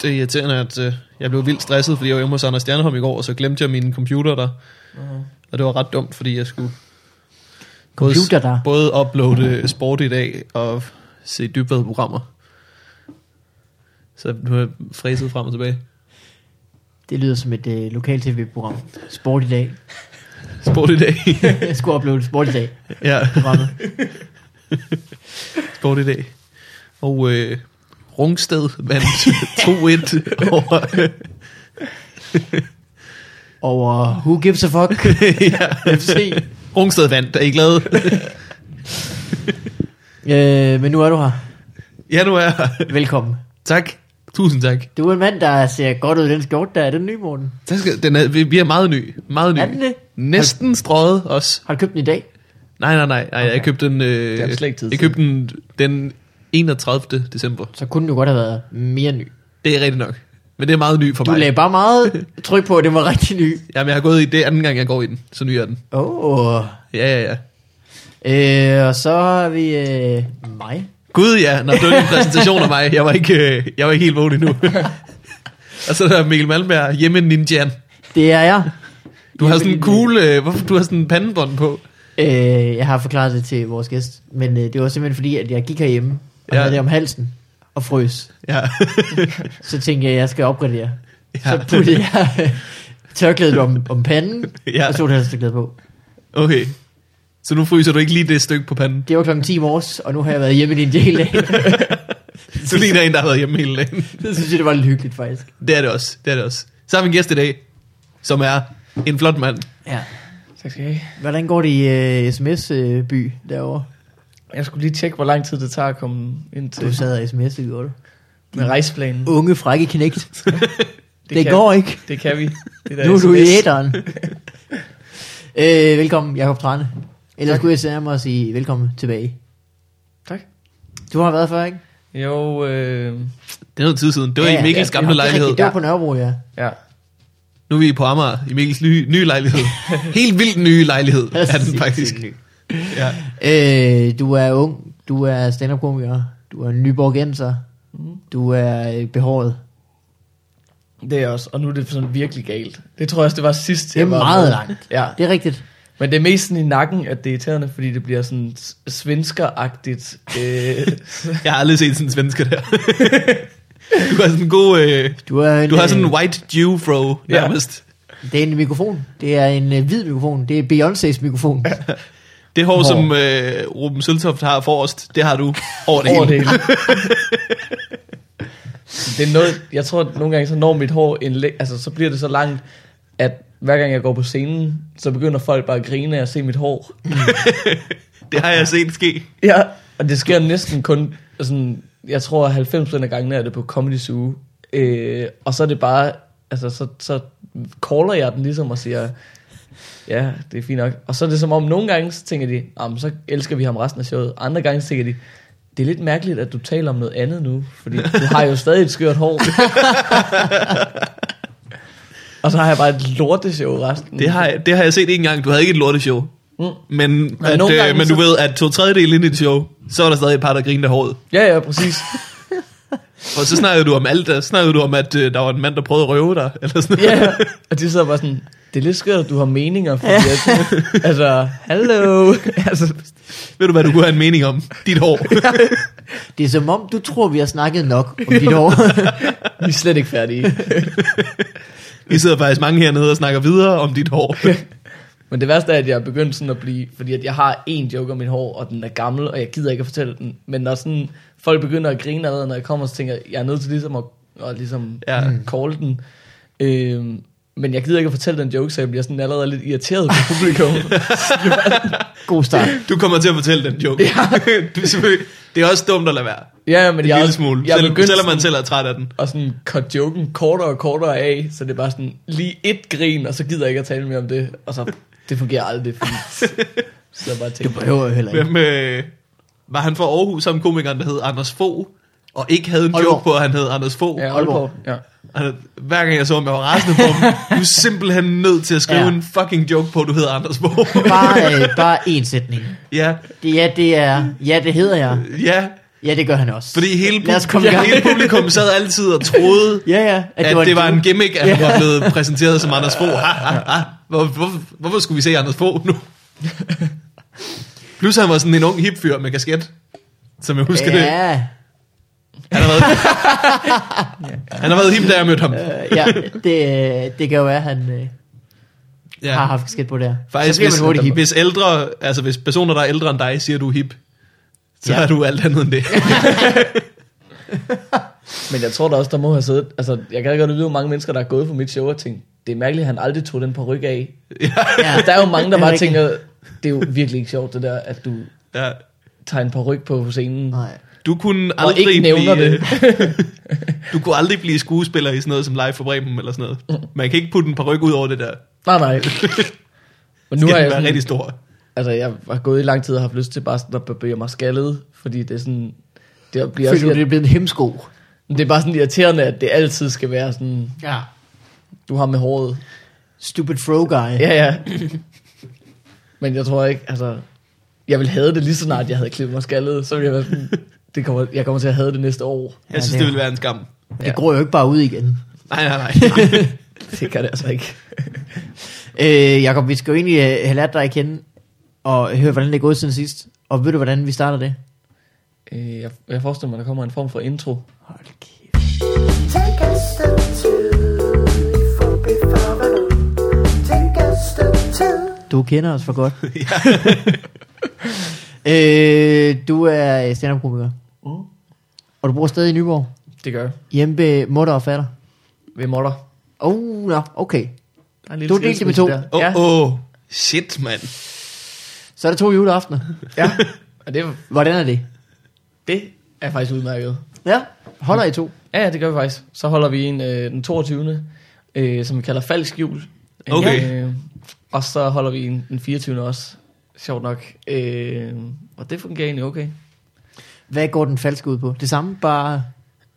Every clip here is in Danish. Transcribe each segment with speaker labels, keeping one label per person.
Speaker 1: til øh, irriterende, at øh, jeg blev vildt stresset, fordi jeg var hjemme hos Anders Stjerneholm i går, og så glemte jeg min computer der. Og det var ret dumt, fordi jeg skulle både,
Speaker 2: Computer der.
Speaker 1: både uploade øh, sport i dag og se dybvede programmer. Så nu er jeg fræset frem og tilbage.
Speaker 2: Det lyder som et øh, lokal tv-program. Sport i dag.
Speaker 1: Sport i dag.
Speaker 2: Jeg skulle uploade sport i dag.
Speaker 1: ja,
Speaker 2: Programmet.
Speaker 1: sport i dag. Og øh, Rungsted vandt 2-1 over...
Speaker 2: Over øh, Who Gives a Fuck
Speaker 1: ja.
Speaker 2: FC.
Speaker 1: Rungsted vandt, er I glade?
Speaker 2: Øh, men nu er du her.
Speaker 1: ja, nu er jeg her.
Speaker 2: Velkommen.
Speaker 1: Tak. Tusind tak.
Speaker 2: Du er en mand, der ser godt ud i den skjort der. Er den ny, Morten?
Speaker 1: Der skal, den er, vi, vi er meget ny. Meget ny.
Speaker 2: Er den det?
Speaker 1: Næsten strøget også.
Speaker 2: Har du købt den i dag?
Speaker 1: Nej, nej, nej. nej okay. Jeg købte den, øh,
Speaker 3: er slet ikke tid
Speaker 1: jeg købte den, den 31. december.
Speaker 2: Så kunne den jo godt have været mere ny.
Speaker 1: Det er rigtigt nok. Men det er meget ny for
Speaker 2: Du
Speaker 1: mig.
Speaker 2: lagde bare meget tryk på, at den var rigtig ny.
Speaker 1: Jamen, jeg har gået i det anden gang, jeg går i den. Så ny er den.
Speaker 2: Åh. Oh.
Speaker 1: Ja, ja, ja.
Speaker 2: Øh, og så har vi øh, mig.
Speaker 1: Gud ja, når det var en præsentation af mig. Jeg var ikke, øh, jeg var ikke helt vågen endnu. Og så er der Mikkel Malmberg, hjemme ninjan.
Speaker 2: Det er jeg.
Speaker 1: Du har sådan en cool, øh, hvorfor du har sådan en pandebånd på?
Speaker 2: Øh, jeg har forklaret det til vores gæst, men øh, det var simpelthen fordi, at jeg gik herhjemme og
Speaker 1: Ja.
Speaker 2: ja. havde det om halsen og frøs.
Speaker 1: Ja.
Speaker 2: Så tænkte jeg, at jeg skal opgradere.
Speaker 1: Ja.
Speaker 2: Ja. Så puttede jeg øh, tørklædet om, om panden,
Speaker 1: Ja.
Speaker 2: ja. og så det tørklædet på.
Speaker 1: Okay. Så nu fryser du ikke lige det stykke på panden.
Speaker 2: Det var klokken 10 i morges, og nu har jeg været hjemme i din del af.
Speaker 1: Du ligner en, der har været hjemme hele dagen.
Speaker 2: Det synes jeg, det var lidt hyggeligt faktisk.
Speaker 1: Det er det også, det er det også. Så har vi en gæst i dag, som er en flot mand.
Speaker 2: Ja.
Speaker 3: Tak skal I have.
Speaker 2: Hvordan går det i uh, sms-by derovre?
Speaker 3: Jeg skulle lige tjekke, hvor lang tid det tager at komme ind til
Speaker 2: Du sad og sms gjorde du.
Speaker 3: med rejseplanen.
Speaker 2: Unge frække knægt. Det, det
Speaker 3: kan-
Speaker 2: går ikke.
Speaker 3: Det kan vi. Det der
Speaker 2: Nu er du i
Speaker 3: SMS.
Speaker 2: æderen. øh, velkommen, Jakob Trane. Ellers skulle jeg sætte mig og sige velkommen tilbage.
Speaker 3: Tak.
Speaker 2: Du har været før, ikke?
Speaker 3: Jo, øh,
Speaker 1: Det er noget tid siden. Det var
Speaker 2: Ja,
Speaker 1: ja,
Speaker 2: ja,
Speaker 1: i Mikkels
Speaker 2: ja,
Speaker 1: gamle
Speaker 2: det er
Speaker 1: lejlighed.
Speaker 2: rigtigt. Det var på Nørrebro, ja.
Speaker 3: ja.
Speaker 1: Nu er vi på Amager, i Mikkels nye, nye lejlighed. Helt vildt nye lejlighed er den faktisk. Ja.
Speaker 2: Øh, du er ung, du er stand-up-komiker, du er nyborgenser, du er øh, behåret.
Speaker 3: Det er jeg også. Og nu er det sådan virkelig galt. Det tror jeg også, det var sidst.
Speaker 2: Det er
Speaker 3: jeg var
Speaker 2: meget
Speaker 3: med.
Speaker 2: langt.
Speaker 3: Ja.
Speaker 2: Det er rigtigt.
Speaker 3: Men det er mest sådan i nakken, at det er irriterende, fordi det bliver sådan s- svenskeragtigt. Øh,
Speaker 1: Jeg har aldrig set sådan en svensker der. Du har sådan en god... Øh,
Speaker 2: Du, er en,
Speaker 1: du har
Speaker 2: øh,
Speaker 1: sådan en white Jew fro
Speaker 3: Ja.
Speaker 1: nærmest.
Speaker 2: Det er en mikrofon. Det er en øh, hvid mikrofon. Det er Beyoncé's mikrofon.
Speaker 1: Det hår,
Speaker 3: Hår.
Speaker 1: som øh, Ruben Søltoft har forrest, det har du over det
Speaker 3: over
Speaker 1: hele.
Speaker 3: det hele. det er noget, jeg tror, at nogle gange så når mit hår en læ- altså så bliver det så langt, at hver gang jeg går på scenen, så begynder folk bare at grine af at se mit hår.
Speaker 1: Det har jeg set ske.
Speaker 3: Ja. Og det sker næsten kun, sådan, jeg tror at 90% af gangene er det på Comedy Zoo. Øh, og så er det bare, altså så, så caller jeg den ligesom og siger, ja, det er fint nok. Og så er det som om, nogle gange så tænker de, "Ah, men så elsker vi ham resten af showet. Andre gange så tænker de, det er lidt mærkeligt, at du taler om noget andet nu, fordi du har jo stadig et skørt hår. og så har jeg bare et lorteshow resten.
Speaker 1: Det har, jeg, det har jeg set en gang. Du havde ikke et lorteshow. Mm. Men,
Speaker 3: Nej,
Speaker 1: at,
Speaker 3: nogle
Speaker 1: øh,
Speaker 3: gange
Speaker 1: men du
Speaker 3: så-
Speaker 1: ved, at to tredjedel ind i det show, så var der stadig et par, der grinede af håret.
Speaker 3: Ja, ja, præcis.
Speaker 1: Og så snakkede du om alt det. Så snakkede du om, at øh, der var en mand, der prøvede at røve dig. Eller sådan noget.
Speaker 3: Ja, og de sidder bare sådan, det er lidt skørt, at du har meninger, fordi at, altså, hallo, altså,
Speaker 1: Ved du, hvad du kunne have en mening om? Dit hår.
Speaker 2: Det er som om, du tror, vi har snakket nok om dit år.
Speaker 3: vi er slet ikke færdige.
Speaker 1: Vi sidder faktisk mange hernede og snakker videre om dit hår.
Speaker 3: Men det værste er, at jeg er begyndt sådan at blive, fordi at jeg har en joke om min hår, og den er gammel, og jeg gider ikke at fortælle den, men når sådan, folk begynder at grine allerede, når jeg kommer, så tænker jeg, jeg er nødt til ligesom at, at ligesom
Speaker 1: Ja.
Speaker 3: ja. call den. Øhm, men jeg gider ikke at fortælle den joke, så jeg bliver sådan allerede lidt irriteret på publikum.
Speaker 2: God start.
Speaker 1: Du kommer til at fortælle den joke. du, er selvfølgelig- det er også dumt at lade være.
Speaker 3: ja, men
Speaker 1: En
Speaker 3: jeg, er
Speaker 1: lille
Speaker 3: også-
Speaker 1: smule.
Speaker 3: Jeg er
Speaker 1: Selv,
Speaker 3: begyndt
Speaker 1: selvom man selv er træt af den.
Speaker 3: og sådan cut joken kortere og kortere af, så det er bare sådan lige et grin, og så gider jeg ikke at tale mere om det, og så det fungerer aldrig, fordi så jeg bare
Speaker 2: Du
Speaker 3: tænker,
Speaker 2: behøver jo heller ikke.
Speaker 1: Hvem, øh, var han fra Aarhus, som komikeren, der hed Anders Fogh? Og ikke havde en joke
Speaker 2: Aalborg.
Speaker 1: på, at han hed Anders Fogh.
Speaker 3: ja, Aalborg, ja.
Speaker 1: Altså, hver gang jeg så ham, jeg var rasende på ham. Du er simpelthen nødt til at skrive ja.
Speaker 2: Ja.
Speaker 1: en fucking joke på, at du hedder Anders Borg.
Speaker 2: Bare, øh, bare én sætning.
Speaker 1: ja,
Speaker 2: Det, ja, det er... Ja, det hedder jeg.
Speaker 1: ja.
Speaker 2: Ja, det gør han også.
Speaker 1: Fordi hele,
Speaker 2: Lad os komme i
Speaker 1: ja,
Speaker 2: gang.
Speaker 1: hele publikum sad altid og troede,
Speaker 2: Ja, ja.
Speaker 1: at, at det, var det var en
Speaker 2: joke.
Speaker 1: gimmick, at han var blevet præsenteret som Anders Fogh. Ha, ha, ha. Hvor, hvor, hvorfor skulle vi se Anders Fogh nu? Plus han var sådan en ung hip fyr med kasket, som jeg husker det.
Speaker 2: Ja,
Speaker 1: Han har været, han har været hip, da jeg mødte ham.
Speaker 2: øh, ja det, det kan jo være, at han øh, ja. har haft kasket på der.
Speaker 1: Faktisk,
Speaker 2: så bliver man hurtigt
Speaker 1: hvis,
Speaker 2: hip.
Speaker 1: hvis, ældre, altså hvis personer, der er ældre end dig, siger, du er hip, så
Speaker 2: Ja.
Speaker 1: ja. er du alt andet end det.
Speaker 3: Men jeg tror da også, der må have siddet... Altså, jeg kan da godt vide, hvor mange mennesker, der er gået på mit show og tænkt, det er mærkeligt, at han aldrig tog den på ryg af.
Speaker 2: Ja.
Speaker 3: Der er jo mange, der
Speaker 2: Det er
Speaker 3: bare
Speaker 2: rigtigt.
Speaker 3: tænker, det er jo virkelig ikke sjovt, det der, at du
Speaker 1: Ja.
Speaker 3: tager en ryg på scenen.
Speaker 2: Nej.
Speaker 1: Du kunne
Speaker 3: Og
Speaker 1: aldrig
Speaker 3: ikke nævner
Speaker 1: blive,
Speaker 3: det.
Speaker 1: Du kunne aldrig blive skuespiller i sådan noget som Live for Bremen eller sådan noget. Man kan ikke putte en paryk ud over det der.
Speaker 3: Nej, nej. Men nu
Speaker 1: Nu
Speaker 3: har
Speaker 1: er
Speaker 3: jeg
Speaker 1: jeg
Speaker 3: sådan,
Speaker 1: rigtig stor.
Speaker 3: altså jeg har gået i lang tid og haft lyst til bare sådan at barbere mig skaldet, fordi det er sådan, det bliver også,
Speaker 2: Føler du, det
Speaker 3: det?
Speaker 2: er blevet en hemsko?
Speaker 3: det er bare sådan irriterende, at det altid skal være sådan,
Speaker 2: Ja.
Speaker 3: du har med håret.
Speaker 2: Stupid fro guy.
Speaker 3: Ja, ja. Men jeg tror ikke, altså, jeg ville have det lige så snart, jeg havde klippet mig skaldet, så ville jeg være sådan, det kommer, jeg kommer til at have det næste år.
Speaker 2: Ja,
Speaker 1: Jeg synes,
Speaker 2: det er-
Speaker 1: det ville være en skam.
Speaker 2: Det gror jo ikke bare ud igen.
Speaker 1: Nej, nej, nej.
Speaker 3: Det kan det altså ikke.
Speaker 2: Øh, Jakob, vi skal jo egentlig øh, have lært dig at kende, og høre, hvordan det er gået siden sidst. Og ved du, hvordan vi starter det?
Speaker 3: Øh, Jeg, jeg forestiller mig, der kommer en form for intro.
Speaker 2: Hold kæft.
Speaker 4: Take a step two for before. Take a step two.
Speaker 2: Du kender os for godt. øh, du er stand-up-komiker.
Speaker 3: Mm.
Speaker 2: Og du bor stadig i Nyborg.
Speaker 3: Det gør jeg.
Speaker 2: Hjemme ved mutter og fatter.
Speaker 3: Ved Moller.
Speaker 2: Åh, oh, nå, okay.
Speaker 3: Der er en lille
Speaker 2: Du delte det med
Speaker 3: skilsmisse
Speaker 2: to.
Speaker 3: der.
Speaker 1: Åh,
Speaker 3: Ja,
Speaker 1: oh, oh. shit, mand.
Speaker 2: Så er der to juleaftener.
Speaker 3: ja. Og det,
Speaker 2: Hvordan er det?
Speaker 3: det er faktisk udmærket.
Speaker 2: Ja, holder I to?
Speaker 3: Ja, ja, det gør vi faktisk. Så holder vi en øh, den 22. Øh, som vi kalder falsk jul.
Speaker 1: Okay.
Speaker 3: Øh, og så holder vi en den 24. også. Sjovt nok. Øh, og det fungerer egentlig okay.
Speaker 2: Hvad går den falske ud på? Det samme, bare...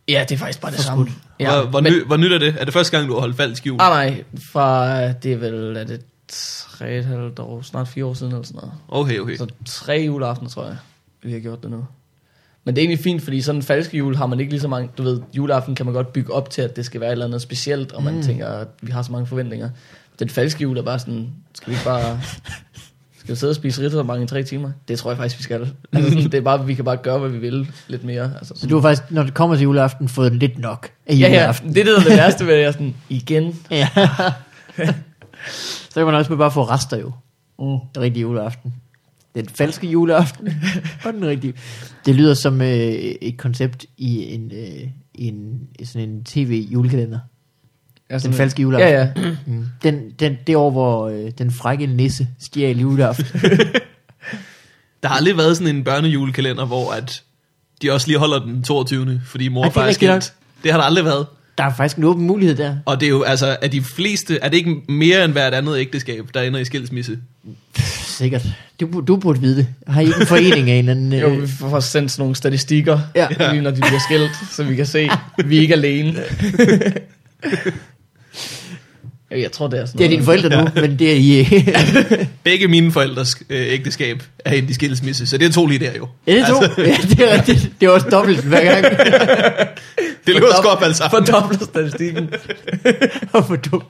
Speaker 3: Ja, det er faktisk bare det
Speaker 2: Forskudt.
Speaker 3: samme.
Speaker 1: Ja,
Speaker 3: Ja,
Speaker 1: hvor, hvor,
Speaker 3: men-
Speaker 1: ny, hvor nyt er det? Er det første gang, du har holdt falsk jul?
Speaker 3: Ah, nej, fra det er vel er det tre et halvt år, snart fire år siden eller sådan noget.
Speaker 1: Okay, okay.
Speaker 3: Så tre juleaftener, tror jeg, vi har gjort det nu. Men det er egentlig fint, fordi sådan en falske jul har man ikke lige så mange... Du ved, juleaften kan man godt bygge op til, at det skal være et eller andet specielt, og man mm. tænker, at vi har så mange forventninger. Den falske jul er bare sådan, skal vi ikke bare... Skal vi sidde og spise riddermang i tre timer? Det tror jeg faktisk, vi skal. Altså sådan, det er bare, vi kan bare gøre, hvad vi vil lidt mere. Altså,
Speaker 2: Så du har faktisk, når det kommer til juleaften, fået lidt nok af
Speaker 3: ja, ja,
Speaker 2: juleaften.
Speaker 3: det er det, der er det værste ved, at jeg er sådan, igen.
Speaker 2: Ja. så kan man også bare få rester jo.
Speaker 3: Mm.
Speaker 2: Den rigtige juleaften. Den falske juleaften og den rigtige. Det lyder som øh, et koncept i en, øh, i en sådan en tv-julekalender.
Speaker 3: Altså,
Speaker 2: Den falske
Speaker 3: Ja,
Speaker 2: juleaften.
Speaker 3: ja.
Speaker 2: Mm. Den, den, det år, hvor øh, den frække nisse stjal juleaften.
Speaker 1: Der har aldrig været sådan en børnejulekalender, hvor at de også lige holder den 22. Fordi mor
Speaker 2: Ej,
Speaker 1: og
Speaker 2: det er
Speaker 1: far er
Speaker 2: rigtigt nok.
Speaker 1: skilt. Det har der aldrig været.
Speaker 2: Der er faktisk en åben mulighed der.
Speaker 1: Og det er jo, altså, er de fleste, er det ikke mere end hvert andet ægteskab, der ender i skilsmisse?
Speaker 2: Sikkert. Du, bu- du burde vide det. Har I ikke en forening af en eller anden...
Speaker 3: Jo,
Speaker 2: Øh,
Speaker 3: vi får sendt sådan nogle statistikker,
Speaker 2: Ja.
Speaker 3: ja. lige når de bliver skilt, så vi kan se, at vi er ikke alene. Ja, Jeg tror, det er sådan
Speaker 2: det er dine
Speaker 3: noget.
Speaker 2: forældre nu, men det er I øh, ikke.
Speaker 1: Begge mine forældres øh, ægteskab er endt i skilsmisse, så det er to lige der jo. Altså,
Speaker 2: Er det to? Ja, det er rigtigt. Det er også dobbelt hver gang.
Speaker 1: Det løber sgu op altså.
Speaker 3: Fordobler statistikken.
Speaker 2: Åh, Hvor dumt.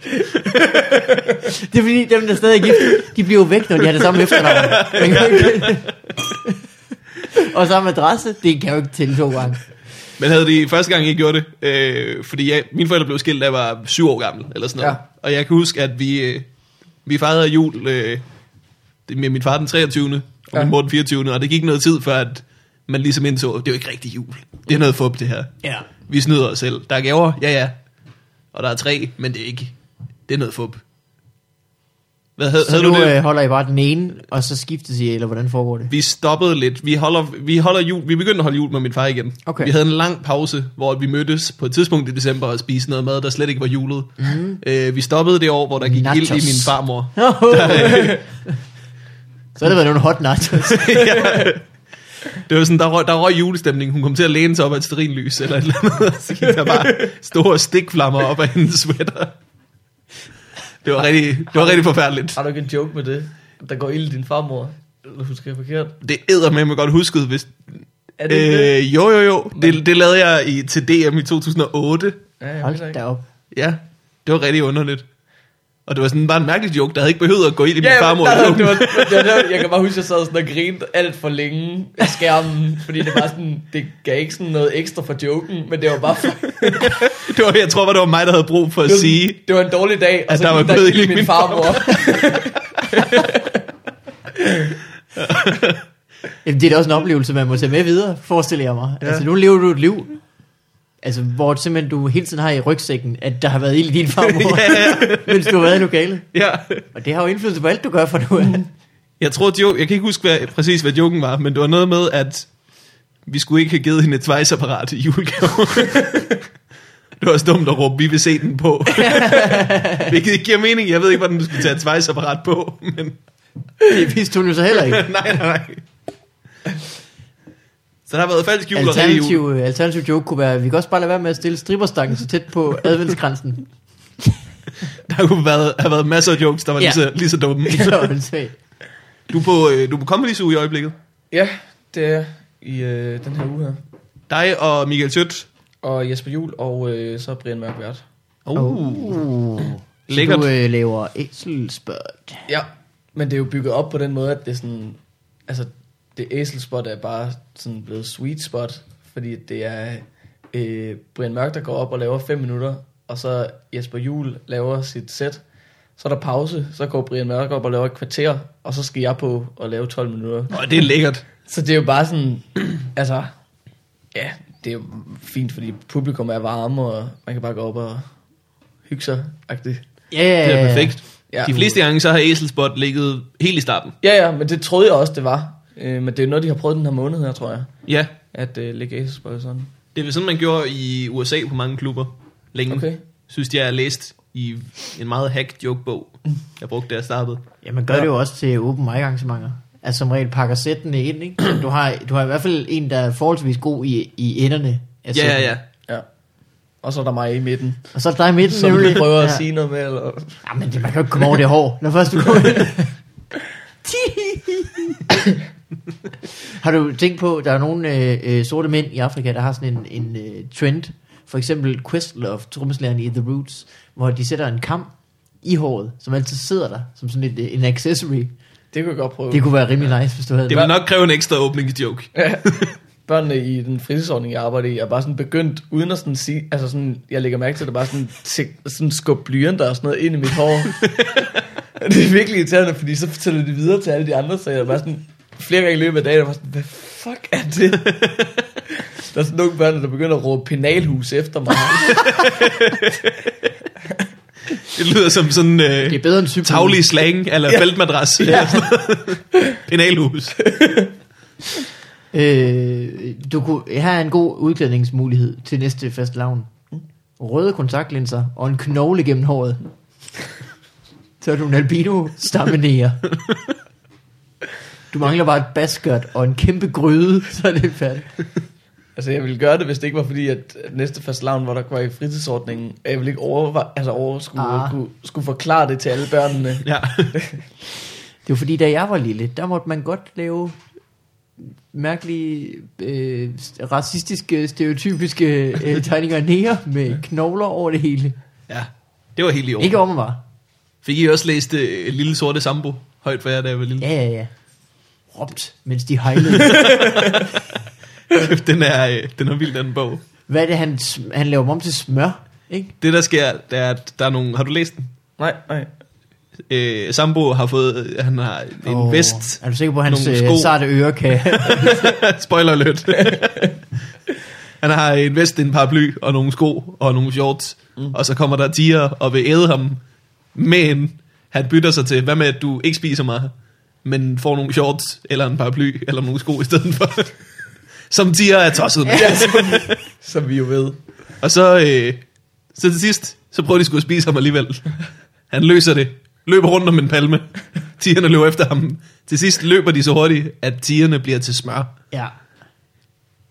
Speaker 2: Det er fordi, dem der stadig er gift, de bliver jo væk, når de har det samme efternavn. Man kan jo ikke- Og samme adresse, det kan jo ikke tælle to gange.
Speaker 1: Men havde de første gang, I gjorde det, øh, fordi jeg, mine forældre blev skilt, da jeg var syv år gammel, eller sådan noget.
Speaker 3: Ja.
Speaker 1: Ja. Og jeg kan huske, at vi, øh, vi fejrede jul øh, det- med min far den 23. og
Speaker 3: Ja.
Speaker 1: min mor den 24. Og det gik noget tid, før at man ligesom indså, det er jo ikke rigtig jul. Det er noget fup, det her.
Speaker 2: Ja.
Speaker 1: Vi snyder os selv. Der er gaver, ja ja. Og der er tre, men det er ikke. Det er noget fup. Hvad havde,
Speaker 2: Så
Speaker 1: havde
Speaker 2: nu
Speaker 1: du det?
Speaker 2: øh, holder I bare den ene, og så skiftes I, eller hvordan foregår det?
Speaker 1: Vi stoppede lidt. Vi holder, vi holder jul. Vi begyndte at holde jul med min far igen.
Speaker 2: Okay.
Speaker 1: Vi havde en lang pause, hvor vi mødtes på et tidspunkt i december og spiste noget mad, der slet ikke var julet. Mm.
Speaker 3: Mm-hmm.
Speaker 1: Øh, vi stoppede det år, hvor der gik
Speaker 2: Nachos.
Speaker 1: ild i min farmor.
Speaker 2: så har det været nogle hot nachos.
Speaker 1: Det var sådan, der røg, der røg julestemning. Hun kom til at læne sig op af et sterinlys eller et eller andet. og Så gik der bare store stikflammer op af hendes sweater. Det var rigtig, det var rigtig forfærdeligt.
Speaker 3: Har du ikke en joke med det? Der går ild i din farmor. Eller husker jeg forkert?
Speaker 1: Det æder med mig godt husket, hvis...
Speaker 3: Er det ikke det?
Speaker 1: Øh, jo, jo, jo. Det, det lavede jeg i, til DM i 2008.
Speaker 3: Ja, jeg ved
Speaker 2: Hold
Speaker 3: ikke.
Speaker 2: da op.
Speaker 1: Ja, det var rigtig underligt. Og det var sådan bare en mærkelig joke, der havde ikke behøvet at gå ind i min
Speaker 3: Ja,
Speaker 1: farmor.
Speaker 3: nej, nej, det var, det var, jeg kan bare huske, at jeg sad sådan og grinede alt for længe af skærmen, fordi det var sådan, det gav ikke sådan noget ekstra for joken, men det var bare for,
Speaker 1: det var, jeg tror, bare, det var mig, der havde brug for at sige,
Speaker 3: det var en dårlig dag, og
Speaker 1: At
Speaker 3: så
Speaker 1: der var
Speaker 3: gik der
Speaker 1: blod
Speaker 3: ild i min farmor.
Speaker 2: Jamen, det er da også en oplevelse, man må tage med videre, forestiller jeg mig. Ja. Altså, nu lever du et liv, altså, hvor simpelthen du hele tiden har i rygsækken, at der har været ild i din farmor, ja, ja. mens du har været i lokalet.
Speaker 1: ja,
Speaker 2: Og det har jo indflydelse på alt, du gør for nu. af.
Speaker 1: Jeg tror, jo, jeg kan ikke huske hvad, præcis, hvad joken var, men det var noget med, at vi skulle ikke have givet hende et svejsapparat i julegave. det var også dumt at råbe, vi vil se den på. Hvilket ikke giver mening. Jeg ved ikke, hvordan du skulle tage et svejsapparat på. Men
Speaker 2: det vidste hun jo så heller ikke.
Speaker 1: nej, nej, nej. Så der har været falsk jul og rigtig jul.
Speaker 2: Alternativ, alternativ joke kunne være, at vi kan også bare lade være med at stille striberstangen så tæt på adventskransen.
Speaker 1: Der kunne været, have været masser af jokes, der var ja.
Speaker 2: Ja.
Speaker 1: lige, så, lige så dumme.
Speaker 2: Det var en sag.
Speaker 1: Du er på, øh, du er på Comedy Zoo i øjeblikket.
Speaker 3: Ja, det er i øh, den her uge her.
Speaker 1: Dig og Michael Schødt.
Speaker 3: Og Jesper Jul og øh, så Brian Mørk Vært.
Speaker 1: Oh, uh,
Speaker 2: Uh.
Speaker 1: lækkert.
Speaker 2: Så du øh, laver æselspørg.
Speaker 3: Ja, men det er jo bygget op på den måde, at det er sådan, altså det æselspot er bare sådan blevet sweet spot, fordi det er øh, Brian Mørk, der går op og laver 5 minutter, og så Jesper Jul laver sit sæt, så er der pause, så går Brian Mørk op og laver et kvarter, og så skal jeg på og lave 12 minutter.
Speaker 1: Og det er lækkert.
Speaker 3: Så det er jo bare sådan, altså, ja, det er jo fint, fordi publikum er varme, og man kan bare gå op og hygge sig, agtigt.
Speaker 2: Ja, yeah.
Speaker 1: Det er perfekt.
Speaker 3: Ja.
Speaker 1: De fleste gange, så har Æselspot ligget helt i starten.
Speaker 3: Ja, ja, men det troede jeg også, det var. Øh, men det er jo noget, de har prøvet den her måned her, tror jeg.
Speaker 1: Ja,
Speaker 3: At øh, lægge æselsbøj sådan.
Speaker 1: Det er vel sådan, man gjorde i USA på mange klubber længe.
Speaker 3: Okay.
Speaker 1: Synes jeg, jeg har læst i en meget hack joke-bog, jeg brugte, da jeg startede.
Speaker 2: Ja, man gør det jo også til open mic arrangementer. Altså som regel pakker sættene ind, ikke? Så Du har, du har i hvert fald en, der er forholdsvis god i, i enderne. af
Speaker 1: Ja, ja,
Speaker 2: sættene.
Speaker 1: ja.
Speaker 3: Ja. Og så er der mig i midten,
Speaker 2: Og så er der dig i midten,
Speaker 3: som
Speaker 2: nemlig.
Speaker 3: vi prøver ja. at
Speaker 2: Ja.
Speaker 3: sige noget med. Eller...
Speaker 2: Ja, men det, man kan jo ikke komme over det hår, når først du kommer ind. har du tænkt på, der er nogle øh, øh, sorte mænd i Afrika, der har sådan en, en øh, trend. For eksempel Questlove, trommeslageren i The Roots, hvor de sætter en kam i håret, som altid sidder der, som sådan et, øh, en accessory.
Speaker 3: Det kunne jeg godt prøve.
Speaker 2: Det kunne være rimelig nice, hvis du havde
Speaker 1: Det vil nok kræve en ekstra åbningsjoke.
Speaker 3: Børnene i den fritidsordning, jeg arbejder i, er bare sådan begyndt, uden at sådan sige, altså sådan, jeg lægger mærke til, at der bare sådan, tik- sådan skub blyanter og sådan noget ind i mit hår. det er virkelig irriterende, fordi så fortæller de videre til alle de andre, så jeg er bare sådan, flere gange i løbet af dagen, jeg var sådan, hvad fuck er det? der er sådan nogle børn, der begynder at råbe penalhus efter mig.
Speaker 1: Det lyder som sådan
Speaker 2: Det
Speaker 1: øh,
Speaker 2: er bedre end cykel.
Speaker 1: taglig slang, eller ja. feltmadras, ja. penalhus.
Speaker 2: Øh, du kunne, her er en god udklædningsmulighed til næste fast lavn. Røde kontaktlinser og en knogle gennem håret. Så er du en albino stammenæger. Du mangler bare et basket og en kæmpe gryde, så er det færdigt.
Speaker 3: Altså, jeg ville gøre det, hvis det ikke var fordi, at næste fast lavn, hvor der var i fritidsordningen, at jeg ville ikke over, altså over skulle,
Speaker 2: Ah.
Speaker 3: kunne, skulle forklare det til alle børnene.
Speaker 1: Ja.
Speaker 2: Det var fordi, da jeg var lille, der måtte man godt lave mærkelige, øh, racistiske, stereotypiske øh, tegninger af næger med knogler over det hele.
Speaker 1: ja. Det var helt i år.
Speaker 2: Ikke om mig bare.
Speaker 1: Fik I også læst øh, Lille Sorte Sambo højt for jer, da jeg var lille?
Speaker 2: Ja, ja, ja. Råbt, mens de hejlede.
Speaker 1: den, er, øh, den er vild, den bog.
Speaker 2: Hvad er det, han, sm- han laver dem om til smør? Ikke?
Speaker 1: Det, der sker, det er, at der er nogle... Har du læst den?
Speaker 3: Nej, nej.
Speaker 1: Øh, Sambo har fået... øh, Han har en
Speaker 2: Åh,
Speaker 1: oh. vest,
Speaker 2: Er du sikker på, at hans
Speaker 1: nogle
Speaker 2: øh,
Speaker 1: sko.
Speaker 2: sarte ører kan...
Speaker 1: Spoiler alert. han har en vest, en paraply og nogle sko og nogle shorts. Mm. Og så kommer der tiger og vil æde ham. Men han bytter sig til, hvad med at du ikke spiser mig, men får nogle shorts eller en paraply eller nogle sko i stedet for. Som tiger er tosset med.
Speaker 3: Ja, som, som vi jo ved.
Speaker 1: Og så, øh, så til sidst, så prøver de sgu at spise ham alligevel. Han løser det. Løber rundt om en palme. Tigerne løber efter ham. Til sidst løber de så hurtigt, at tigerne bliver til smør.
Speaker 2: ja.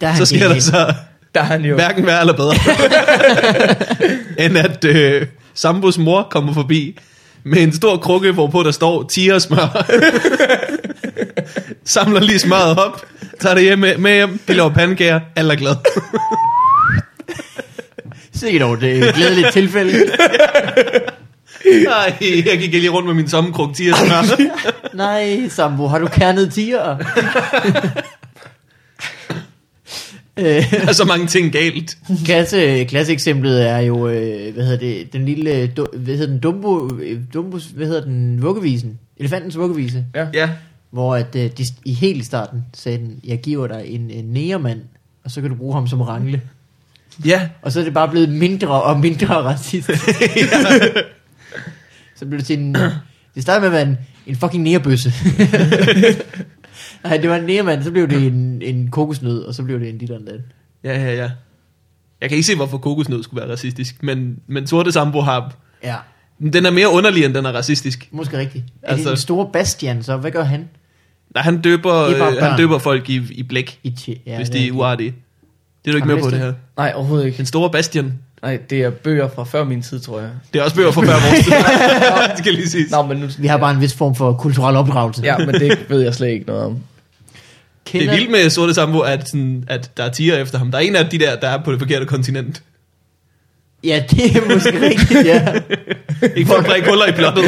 Speaker 2: Der er han
Speaker 1: Så sker der
Speaker 2: genial.
Speaker 1: så
Speaker 3: Der er han jo.
Speaker 1: Hverken værre eller bedre. end at øh, Sambos mor kommer forbi med en stor krukke, hvorpå der står tiger smør. Samler lige smøret op, Tager det hjem med, med hjem. De laver pandekager. Alle er glade.
Speaker 2: Sikke dog, det er et glædeligt tilfælde.
Speaker 1: Nej, jeg gik lige rundt med min sommerkrog tiger.
Speaker 2: Nej, Sambo, har du kernet tiger? øh,
Speaker 1: Der er så mange ting galt.
Speaker 2: Klasse, klasseeksemplet er jo, øh, hvad hedder det, den lille, øh, du, hvad hedder den, Dumbo, øh, Dumbos, hvad hedder den, vuggevisen, elefantens vuggevise,
Speaker 1: Ja.
Speaker 2: hvor at, øh, de, i helt i starten sagde den, jeg giver dig en, en nærmand, og så kan du bruge ham som rangle.
Speaker 1: Ja.
Speaker 2: Og så er det bare blevet mindre og mindre racistisk. så blev det til en... Det startede med at være en, en fucking nærbøsse. Nej, det var en nærmand, så blev det en, en kokosnød, og så blev det en dit og en dat.
Speaker 1: Ja, ja, ja. Jeg kan ikke se, hvorfor kokosnød skulle være racistisk, men, men sorte sambo har...
Speaker 2: Ja,
Speaker 1: Den er mere underlig, end den er racistisk.
Speaker 2: måske rigtigt. Er altså,
Speaker 1: Altså-
Speaker 2: det den store Bastian, så hvad gør han?
Speaker 1: Nej, han døber,
Speaker 2: Det er bare
Speaker 1: øh,
Speaker 2: børn.
Speaker 1: han døber folk i, i blæk,
Speaker 2: I tje- ja,
Speaker 1: ja, hvis
Speaker 2: det
Speaker 1: de er uartige. Det er du ikke
Speaker 2: Har
Speaker 1: med
Speaker 2: du
Speaker 1: på, det
Speaker 2: læst
Speaker 1: her.
Speaker 3: Nej, overhovedet ikke.
Speaker 1: Den store Bastian.
Speaker 3: Nej, det er bøger fra før min tid, tror jeg.
Speaker 1: Det er også bøger for før vores tid. det skal lige siges.
Speaker 3: Nå, men nu...
Speaker 2: Vi har bare en vis form for kulturel opdragelse.
Speaker 3: Ja, men det ved jeg slet ikke noget om.
Speaker 1: Det er vildt med sorte sambo, at, sådan, at der er tiger efter ham. Der er en af de der, der er på det forkerte kontinent.
Speaker 2: Ja, det er måske rigtigt, ja.
Speaker 1: Ikke for at drikke huller i plottet.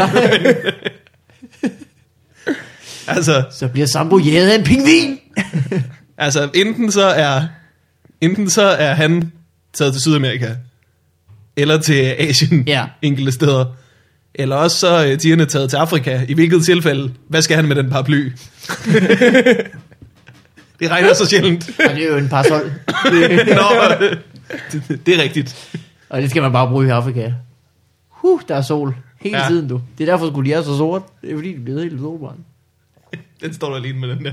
Speaker 1: altså,
Speaker 2: Så bliver Sambo jæget af en pingvin.
Speaker 1: Altså, enten så er, enten så er han taget til Sydamerika, eller til Asien
Speaker 2: Ja.
Speaker 1: enkelte steder, eller også så øh, er tigerne taget til Afrika. I hvilket tilfælde, hvad skal han med den paraply? det regner så sjældent.
Speaker 2: Og det er jo en parasol.
Speaker 1: Nå, det, det er rigtigt.
Speaker 2: Og det skal man bare bruge i Afrika. Huh, der er sol. Hele ja.
Speaker 1: Ja.
Speaker 2: tiden, du. Det er derfor, skulle de er så sort. Det er fordi, de bliver helt solbrændt.
Speaker 1: Den står der alene med den der.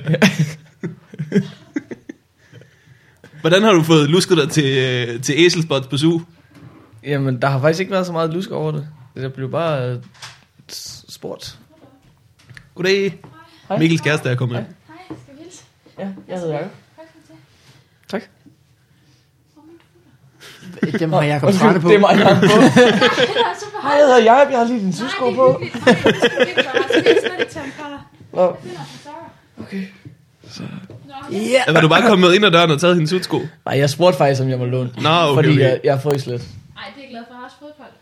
Speaker 1: Hvordan har du fået lusket dig til, øh, til Æselsbots på SU?
Speaker 3: Jamen, der har faktisk ikke været så meget lusk over det. Det blev bare uh, sport.
Speaker 1: Goddag. Mikkels kæreste er kommet. ind.
Speaker 5: Hej, skal vi hilse?
Speaker 3: Ja, jeg hedder Jacob.
Speaker 5: Velkommen til.
Speaker 3: Tak.
Speaker 2: Dem har Jacob Trane på.
Speaker 3: Det er mig, jeg har på.
Speaker 5: Det er super
Speaker 3: Hej, jeg hedder Jacob, jeg har lige din tysko på.
Speaker 5: Nej, det er hyggeligt. Nej, det skal vi ikke snakke til ham, Carla.
Speaker 3: Nå,
Speaker 5: Jeg finder ham, Sarah.
Speaker 3: okay.
Speaker 5: Nå,
Speaker 2: Ja.
Speaker 1: Var du bare kommet ind ad døren og taget hendes udsko?
Speaker 3: Nej, jeg spurgte faktisk, om jeg må låne.
Speaker 1: Nå, okay,
Speaker 3: fordi
Speaker 1: okay.
Speaker 3: jeg, jeg frøs lidt.
Speaker 5: Ej, det er jeg glad for. Jeg har også fodbold.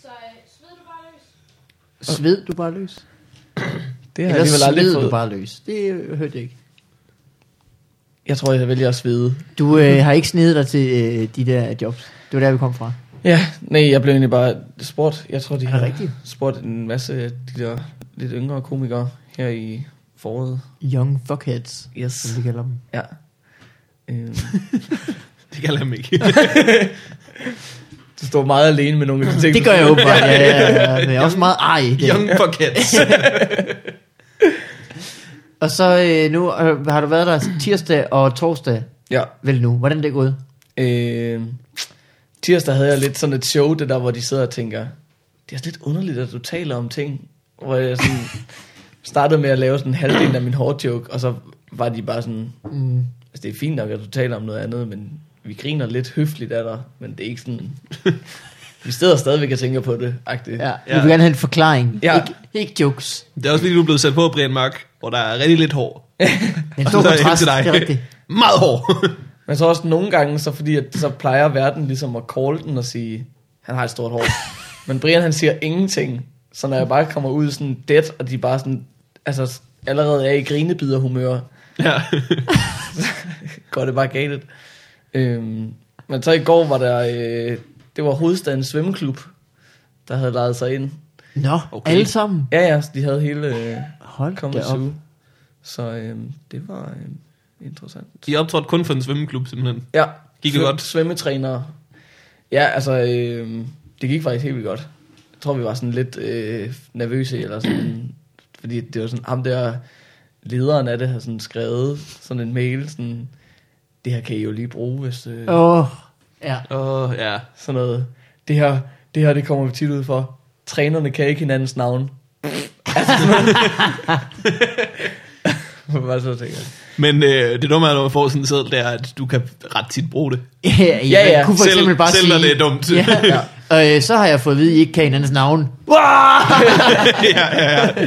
Speaker 5: Så øh, sved du bare løs.
Speaker 2: Sved du bare løs.
Speaker 3: Det har jeg
Speaker 2: Eller
Speaker 3: alligevel aldrig
Speaker 2: sved du
Speaker 3: fået.
Speaker 2: bare løs. Det øh, hørte jeg ikke.
Speaker 3: Jeg tror, jeg vælger at svede.
Speaker 2: Du øh, har ikke snedet dig til øh, de der jobs. Det var der, vi kom fra.
Speaker 3: Ja, nej, jeg blev egentlig bare sport. Jeg tror, de
Speaker 2: Er det
Speaker 3: har
Speaker 2: rigtigt?
Speaker 3: spurgt en masse af de der lidt yngre komikere her i foråret.
Speaker 2: Young fuckheads, som
Speaker 3: Yes.
Speaker 2: vi kalder dem.
Speaker 3: Ja. Øhm,
Speaker 1: Det kan han ikke.
Speaker 3: du står meget alene med nogle af de ting.
Speaker 2: Det gør jeg åbenbart, ja, ja, ja. Men jeg er også meget ej. i det.
Speaker 1: Young for cats.
Speaker 2: Og så øh, nu øh, har du været der tirsdag og torsdag,
Speaker 3: Ja.
Speaker 2: vel nu. Hvordan er det gået?
Speaker 3: Øhm, tirsdag havde jeg lidt sådan et show, det der, hvor de sidder og tænker, det er også lidt underligt, at du taler om ting. Hvor jeg sådan startede med at lave sådan en halvdel af min hård joke, og så var de bare sådan,
Speaker 2: Mm.
Speaker 3: altså det er fint nok, at du taler om noget andet, men vi griner lidt høfligt af dig, men det er ikke sådan... vi sidder stadigvæk og tænker på det, agtigt.
Speaker 2: Ja.
Speaker 1: Ja.
Speaker 2: Du vil gerne have en forklaring.
Speaker 3: Ja.
Speaker 2: Ikke, ikke jokes.
Speaker 1: Det er også lige, du er blevet sat på, Brian Mark, hvor der er rigtig lidt hår.
Speaker 2: En
Speaker 1: Og
Speaker 2: stor
Speaker 1: så er jeg hen
Speaker 2: kontrast,
Speaker 1: til
Speaker 2: det
Speaker 1: dig.
Speaker 2: er rigtigt.
Speaker 1: Meget hår.
Speaker 3: Men så også nogle gange, så fordi at så plejer verden ligesom at call den og sige, han har et stort hår. Men Brian han siger ingenting. Så når jeg bare kommer ud sådan dead, og de bare sådan, altså allerede er i grinebider humør,
Speaker 1: ja.
Speaker 3: går det bare galt. Øhm, men så i går var der, øh, det var hovedstadens svømmeklub, der havde lejet sig ind.
Speaker 2: Nå, okay.
Speaker 1: Okay.
Speaker 2: alle sammen.
Speaker 3: Ja ja, så de havde hele øh,
Speaker 2: Hold
Speaker 3: kommet
Speaker 2: da op.
Speaker 3: uge. Så øhm, det var øhm, interessant.
Speaker 1: De optrådte kun for en svømmeklub, simpelthen.
Speaker 3: Ja.
Speaker 1: Gik det
Speaker 3: Svøm-
Speaker 1: godt?
Speaker 3: Svømmetrænere. Ja, altså, øh, det gik faktisk helt vildt godt. Jeg tror, vi var sådan lidt øh, nervøse, eller sådan, fordi det var sådan, ham der, lederen af det, har sådan skrevet sådan en mail, sådan, det her kan I jo lige bruge, hvis øh, oh.
Speaker 2: Åh, oh, ja.
Speaker 1: Åh, oh, ja.
Speaker 3: sådan noget, det her, det her, det kommer vi tit ud for. Trænerne kan ikke hinandens navn. altså, sådan, Bare så tænker jeg.
Speaker 1: Men øh, det dumme er, når man får sådan en seddel, det er, at du kan ret tit bruge det.
Speaker 2: Ja, ja,
Speaker 3: Ja, ja.
Speaker 2: Man kunne for
Speaker 1: Selv-
Speaker 2: eksempel bare
Speaker 1: selv
Speaker 2: sige,
Speaker 1: når det er dumt.
Speaker 2: Ja. ja. Og øh, så har jeg fået at vide, at I ikke kan hinandens navn.
Speaker 1: ja, ja, ja.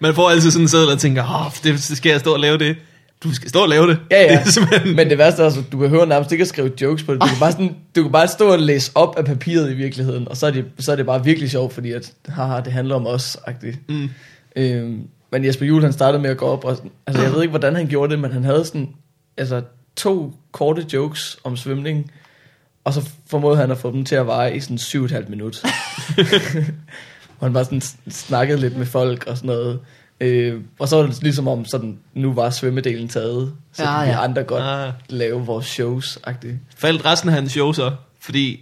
Speaker 1: Man får altid sådan en seddel og tænker, åh, oh, det skal jeg stå og lave det. du skal stå og lave det.
Speaker 3: Ja, ja.
Speaker 1: Det er simpelthen...
Speaker 3: Men det værste er, at du behøver nærmest ikke at skrive jokes på det. Du kan, bare sådan, du kan bare stå og læse op af papiret i virkeligheden, og så er det, så er det bare virkelig sjovt, fordi at, haha, det handler om os, agtigt.
Speaker 1: Mm.
Speaker 3: Øhm, men Jesper Juhl, han startede med at gå op, og sådan- altså, jeg ved ikke, hvordan han gjorde det, men han havde sådan, altså, to korte jokes om svømning, og så formåede han at få dem til at vare i sådan syv og et halvt minut. og han bare sådan sn- snakkede lidt med folk og sådan noget. Øh, og så var det ligesom om, sådan, nu var svømmedelen taget, så
Speaker 2: Ja,
Speaker 3: ja, ja. vi
Speaker 2: ja.
Speaker 3: andre godt
Speaker 1: Ah.
Speaker 3: lave vores shows -agtigt.
Speaker 1: Faldt resten af hans show så? Fordi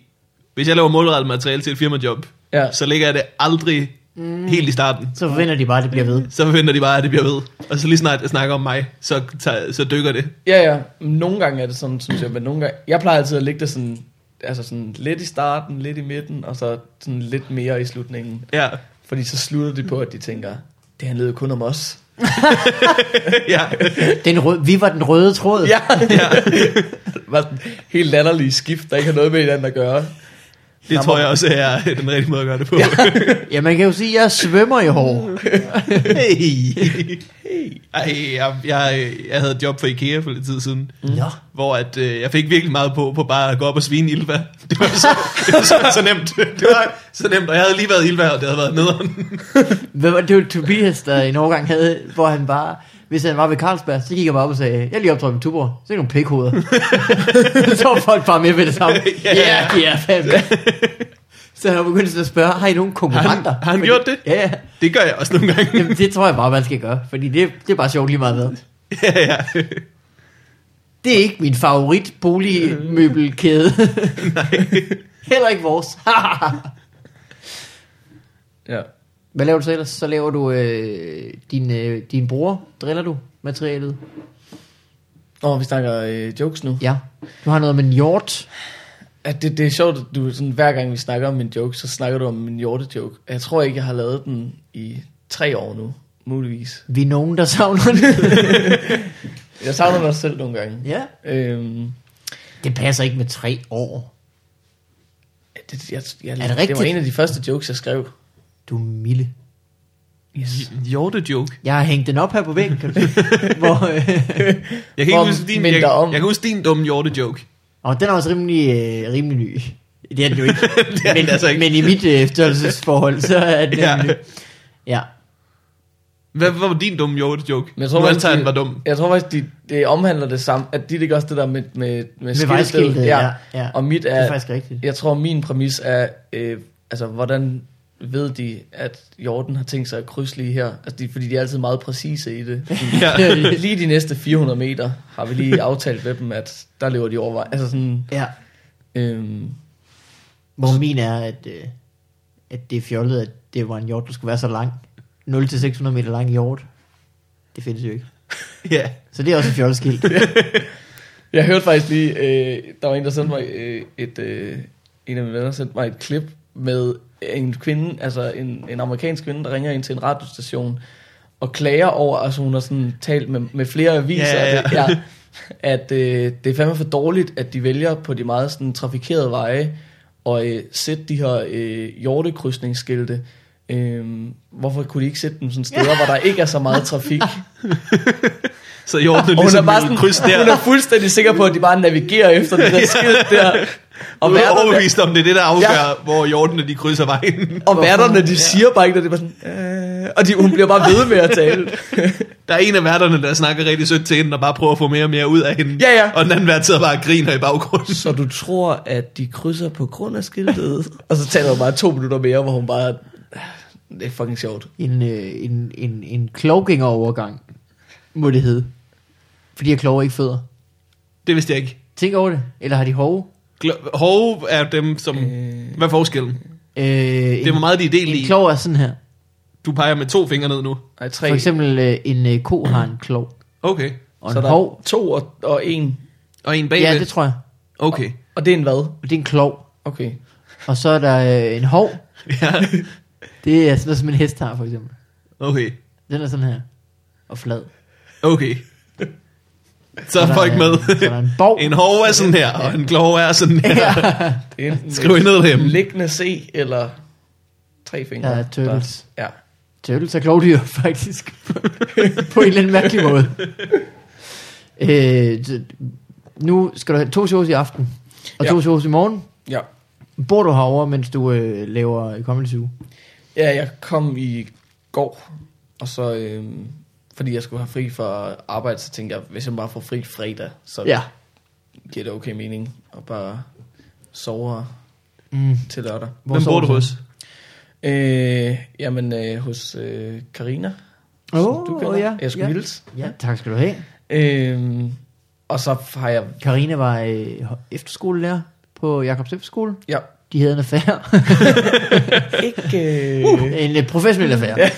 Speaker 1: hvis jeg laver målrettet materiale til et firmajob,
Speaker 3: Ja.
Speaker 1: så ligger jeg det aldrig mm. helt i starten.
Speaker 2: Så forventer de bare, at det bliver ved.
Speaker 1: Så forventer de bare, at det bliver ved. Og så lige snart jeg snakker om mig, så, tager, så dykker det.
Speaker 3: Ja, ja. Nogle gange er det sådan, synes jeg, men nogle gange... Jeg plejer altid at lægge det sådan, altså sådan lidt i starten, lidt i midten, og så sådan lidt mere i slutningen.
Speaker 1: Ja,
Speaker 3: Fordi så slutter de på, at de tænker, det handlede jo kun om os.
Speaker 1: ja.
Speaker 2: Den rød, vi var den røde tråd.
Speaker 3: Ja, ja. Var sådan helt latterlige skift, der ikke har noget med hinanden at gøre.
Speaker 1: Det tror jeg også er den rigtige måde at gøre det på.
Speaker 2: ja, man kan jo sige, at jeg svømmer i hår.
Speaker 1: Hey. Ej, jeg, jeg, jeg havde et job for Ikea for lidt tid siden.
Speaker 2: Nå.
Speaker 1: hvor at, øh, jeg fik virkelig meget på, på bare at gå op og svine Ilva. Det var så, det var så, så nemt. Det var så nemt, og jeg havde lige været Ilva, og det havde været nederen.
Speaker 2: Hvad var det, det var Tobias, der en overgang havde, hvor han bare, hvis han var ved Carlsberg, så gik han bare op og sagde, jeg er lige optrådte med Tuborg, så er det nogle pikhoveder. så var folk bare med ved det samme.
Speaker 1: Ja.
Speaker 2: Ja, ja, ja fandme. så han begyndte sådan at spørge, har I nogen konkurrenter?
Speaker 1: Har han- har han
Speaker 2: Fordi-
Speaker 1: gjort det?
Speaker 2: Ja, ja.
Speaker 1: Det gør jeg også nogle gange.
Speaker 2: Jamen, det tror jeg bare, man skal gøre, fordi det, det er bare sjovt lige meget hvad.
Speaker 1: ja, ja.
Speaker 2: Det er ikke min favorit boligmøbelkæde. Heller ikke vores.
Speaker 3: Ja.
Speaker 2: Hvad laver du så ellers? Så laver du øh, din, øh, din bror, driller du materialet?
Speaker 3: Nå, vi snakker øh, jokes nu.
Speaker 2: Ja. Du har noget med en hjort.
Speaker 3: At det, det er sjovt, at du sådan, hver gang vi snakker om en joke, så snakker du om en hjortejoke. Jeg tror ikke, jeg har lavet den i tre år nu, muligvis.
Speaker 2: Vi er nogen, der savner det.
Speaker 3: Jeg savner mig selv nogle gange.
Speaker 2: ja.
Speaker 3: Øhm,
Speaker 2: Det passer ikke med tre år.
Speaker 3: det, jeg, jeg,
Speaker 2: det
Speaker 3: det var
Speaker 2: rigtigt?
Speaker 3: en af de første jokes, jeg skrev.
Speaker 2: Du er milde.
Speaker 3: Yes.
Speaker 1: Hjorte joke.
Speaker 2: Jeg har hængt den op her på væggen, kan du se? Hvor, øh,
Speaker 1: Jeg kan, ikke
Speaker 3: Om-
Speaker 1: huske din,
Speaker 3: men
Speaker 1: jeg,
Speaker 3: derom.
Speaker 1: jeg kan huske din dumme hjorte joke.
Speaker 2: og den er også rimelig, øh, rimelig ny. Det er den jo ikke. det
Speaker 1: er
Speaker 2: men,
Speaker 1: den altså ikke.
Speaker 2: men i mit øh, størrelsesforhold, så er den
Speaker 1: Ja.
Speaker 2: ja. ny. Ja.
Speaker 1: Hvad, hvad var din dumme hjorte joke?
Speaker 3: Men jeg tror,
Speaker 1: nu
Speaker 3: faktisk,
Speaker 1: antager jeg, den
Speaker 3: de-
Speaker 1: var dum.
Speaker 3: Jeg tror faktisk, de, det omhandler det samme, at dit ikke også det der med, med, med, skiltet.
Speaker 2: vejskiltet, ja, ja.
Speaker 3: Og mit er,
Speaker 2: Det er faktisk rigtigt.
Speaker 3: jeg tror min præmis er, øh, altså hvordan ved de, at Jorden har tænkt sig at krydse lige her? Altså, de, fordi de er altid meget præcise i det.
Speaker 1: Ja.
Speaker 3: lige de næste 400 meter har vi lige aftalt med dem, at der lever de overvej. Altså sådan,
Speaker 2: ja.
Speaker 3: øh,
Speaker 2: Hvor min er, at, øh, at det er fjollet, at det var en hjort, der skulle være så lang. 0-600 meter lang hjort. Det findes jo ikke.
Speaker 1: ja.
Speaker 2: Så det er også et fjolleskilt.
Speaker 3: Jeg hørte faktisk lige, øh, der var en, der sendte mig øh, et, øh, en af mine venner sendte mig et klip med en kvinde, altså en, en amerikansk kvinde, der ringer ind til en radiostation og klager over, at altså hun har sådan talt med, med flere aviser,
Speaker 1: Ja, ja, ja.
Speaker 3: og det- ja, at øh, det er fandme for dårligt, at de vælger på de meget sådan, trafikerede veje og øh, sætte de her øh, hjortekrydsningsskilte. Øh, hvorfor kunne de ikke sætte dem sådan steder, hvor der ikke er så meget trafik?
Speaker 1: Så hjortene
Speaker 3: Og hun er
Speaker 1: ligesom
Speaker 3: bare
Speaker 1: ville
Speaker 3: sådan,
Speaker 1: krydse der.
Speaker 3: hun er fuldstændig sikker på, at de bare navigerer efter det der skilt der. Og
Speaker 1: Og jeg er
Speaker 3: værterne,
Speaker 1: overbevist om, det er det, der afgør, ja. hvor hjortene de krydser vejen.
Speaker 3: og værterne de siger bare ikke, at det er bare sådan, øh, og de, hun bliver bare ved med at tale.
Speaker 1: Der er en af værterne, der snakker rigtig sødt til hende, og bare prøver at få mere og mere ud af hende.
Speaker 3: Ja, ja.
Speaker 1: Og den anden vært sidder bare og griner i baggrunden.
Speaker 3: Så du tror, at de krydser på grund af skiltet? Og så taler hun bare to minutter mere, hvor hun bare, "Øh, det er fucking sjovt.
Speaker 2: en, øh, en, en, en klovgængerovergang, må det hedde. Fordi jeg klover ikke fødder.
Speaker 1: Det vidste jeg ikke.
Speaker 2: Tænk over det. Eller har de hove?
Speaker 1: Glo- Hove er dem, som... Øh... Hvad er forskellen?
Speaker 2: Øh, det
Speaker 1: var meget, de er delt i.
Speaker 2: En klov er sådan her.
Speaker 1: Du peger med to fingre ned nu.
Speaker 3: Nej, tre.
Speaker 2: For eksempel øh, en øh, ko har en klov.
Speaker 1: Okay.
Speaker 2: Og
Speaker 3: så
Speaker 2: en
Speaker 3: der
Speaker 2: hov.
Speaker 3: er to og, og en.
Speaker 1: Og en bagved?
Speaker 2: Ja, det tror jeg.
Speaker 1: Okay.
Speaker 3: Og det er en hvad?
Speaker 2: Det er en klov.
Speaker 3: Okay.
Speaker 2: Og så er der øh, en hov.
Speaker 1: Ja.
Speaker 2: Det er sådan noget, som en hest har, for eksempel.
Speaker 1: Okay.
Speaker 2: Den er sådan her. Og flad.
Speaker 1: Okay. Så er
Speaker 2: der
Speaker 1: folk
Speaker 2: er-
Speaker 1: med.
Speaker 2: så er der en bov.
Speaker 1: En hove er sådan her, og en klove er sådan her.
Speaker 3: Det er enten
Speaker 1: Skriv
Speaker 3: et
Speaker 1: ned derhjemme.
Speaker 3: Liggende C eller tre fingre.
Speaker 2: Der er turtles.
Speaker 3: Der- Ja.
Speaker 2: Tøvels er klovdyr, faktisk. på en eller anden mærkelig måde. Øh, så nu skal du have to shows i aften, og ja. to
Speaker 3: Ja.
Speaker 2: shows i morgen.
Speaker 3: Ja.
Speaker 2: Bor du herover, mens du øh, laver Comedy Zoo?
Speaker 3: ja, jeg kom i går, og så... Øh, fordi jeg skulle have fri fra arbejde, så tænkte jeg, hvis jeg bare får fri fredag, så
Speaker 2: Ja.
Speaker 3: giver det okay mening at bare sove her
Speaker 2: Mm.
Speaker 3: til lørdag.
Speaker 2: Hvor
Speaker 1: Hvem
Speaker 2: sover
Speaker 1: bor du
Speaker 2: så?
Speaker 1: hos?
Speaker 3: Øh, jamen, øh, hos øh, Karina.
Speaker 2: Åh,
Speaker 3: som du kender.
Speaker 2: ja,
Speaker 3: Jeg skulle
Speaker 2: ja.
Speaker 3: hilse.
Speaker 2: Ja, tak skal du have.
Speaker 3: Øh, og så har jeg...
Speaker 2: Karina var øh, efterskolelærer på Jakobs Efterskole.
Speaker 3: Ja,
Speaker 2: De havde en affære.
Speaker 3: ikke... Øh,
Speaker 2: en øh, professionel affære. Ja.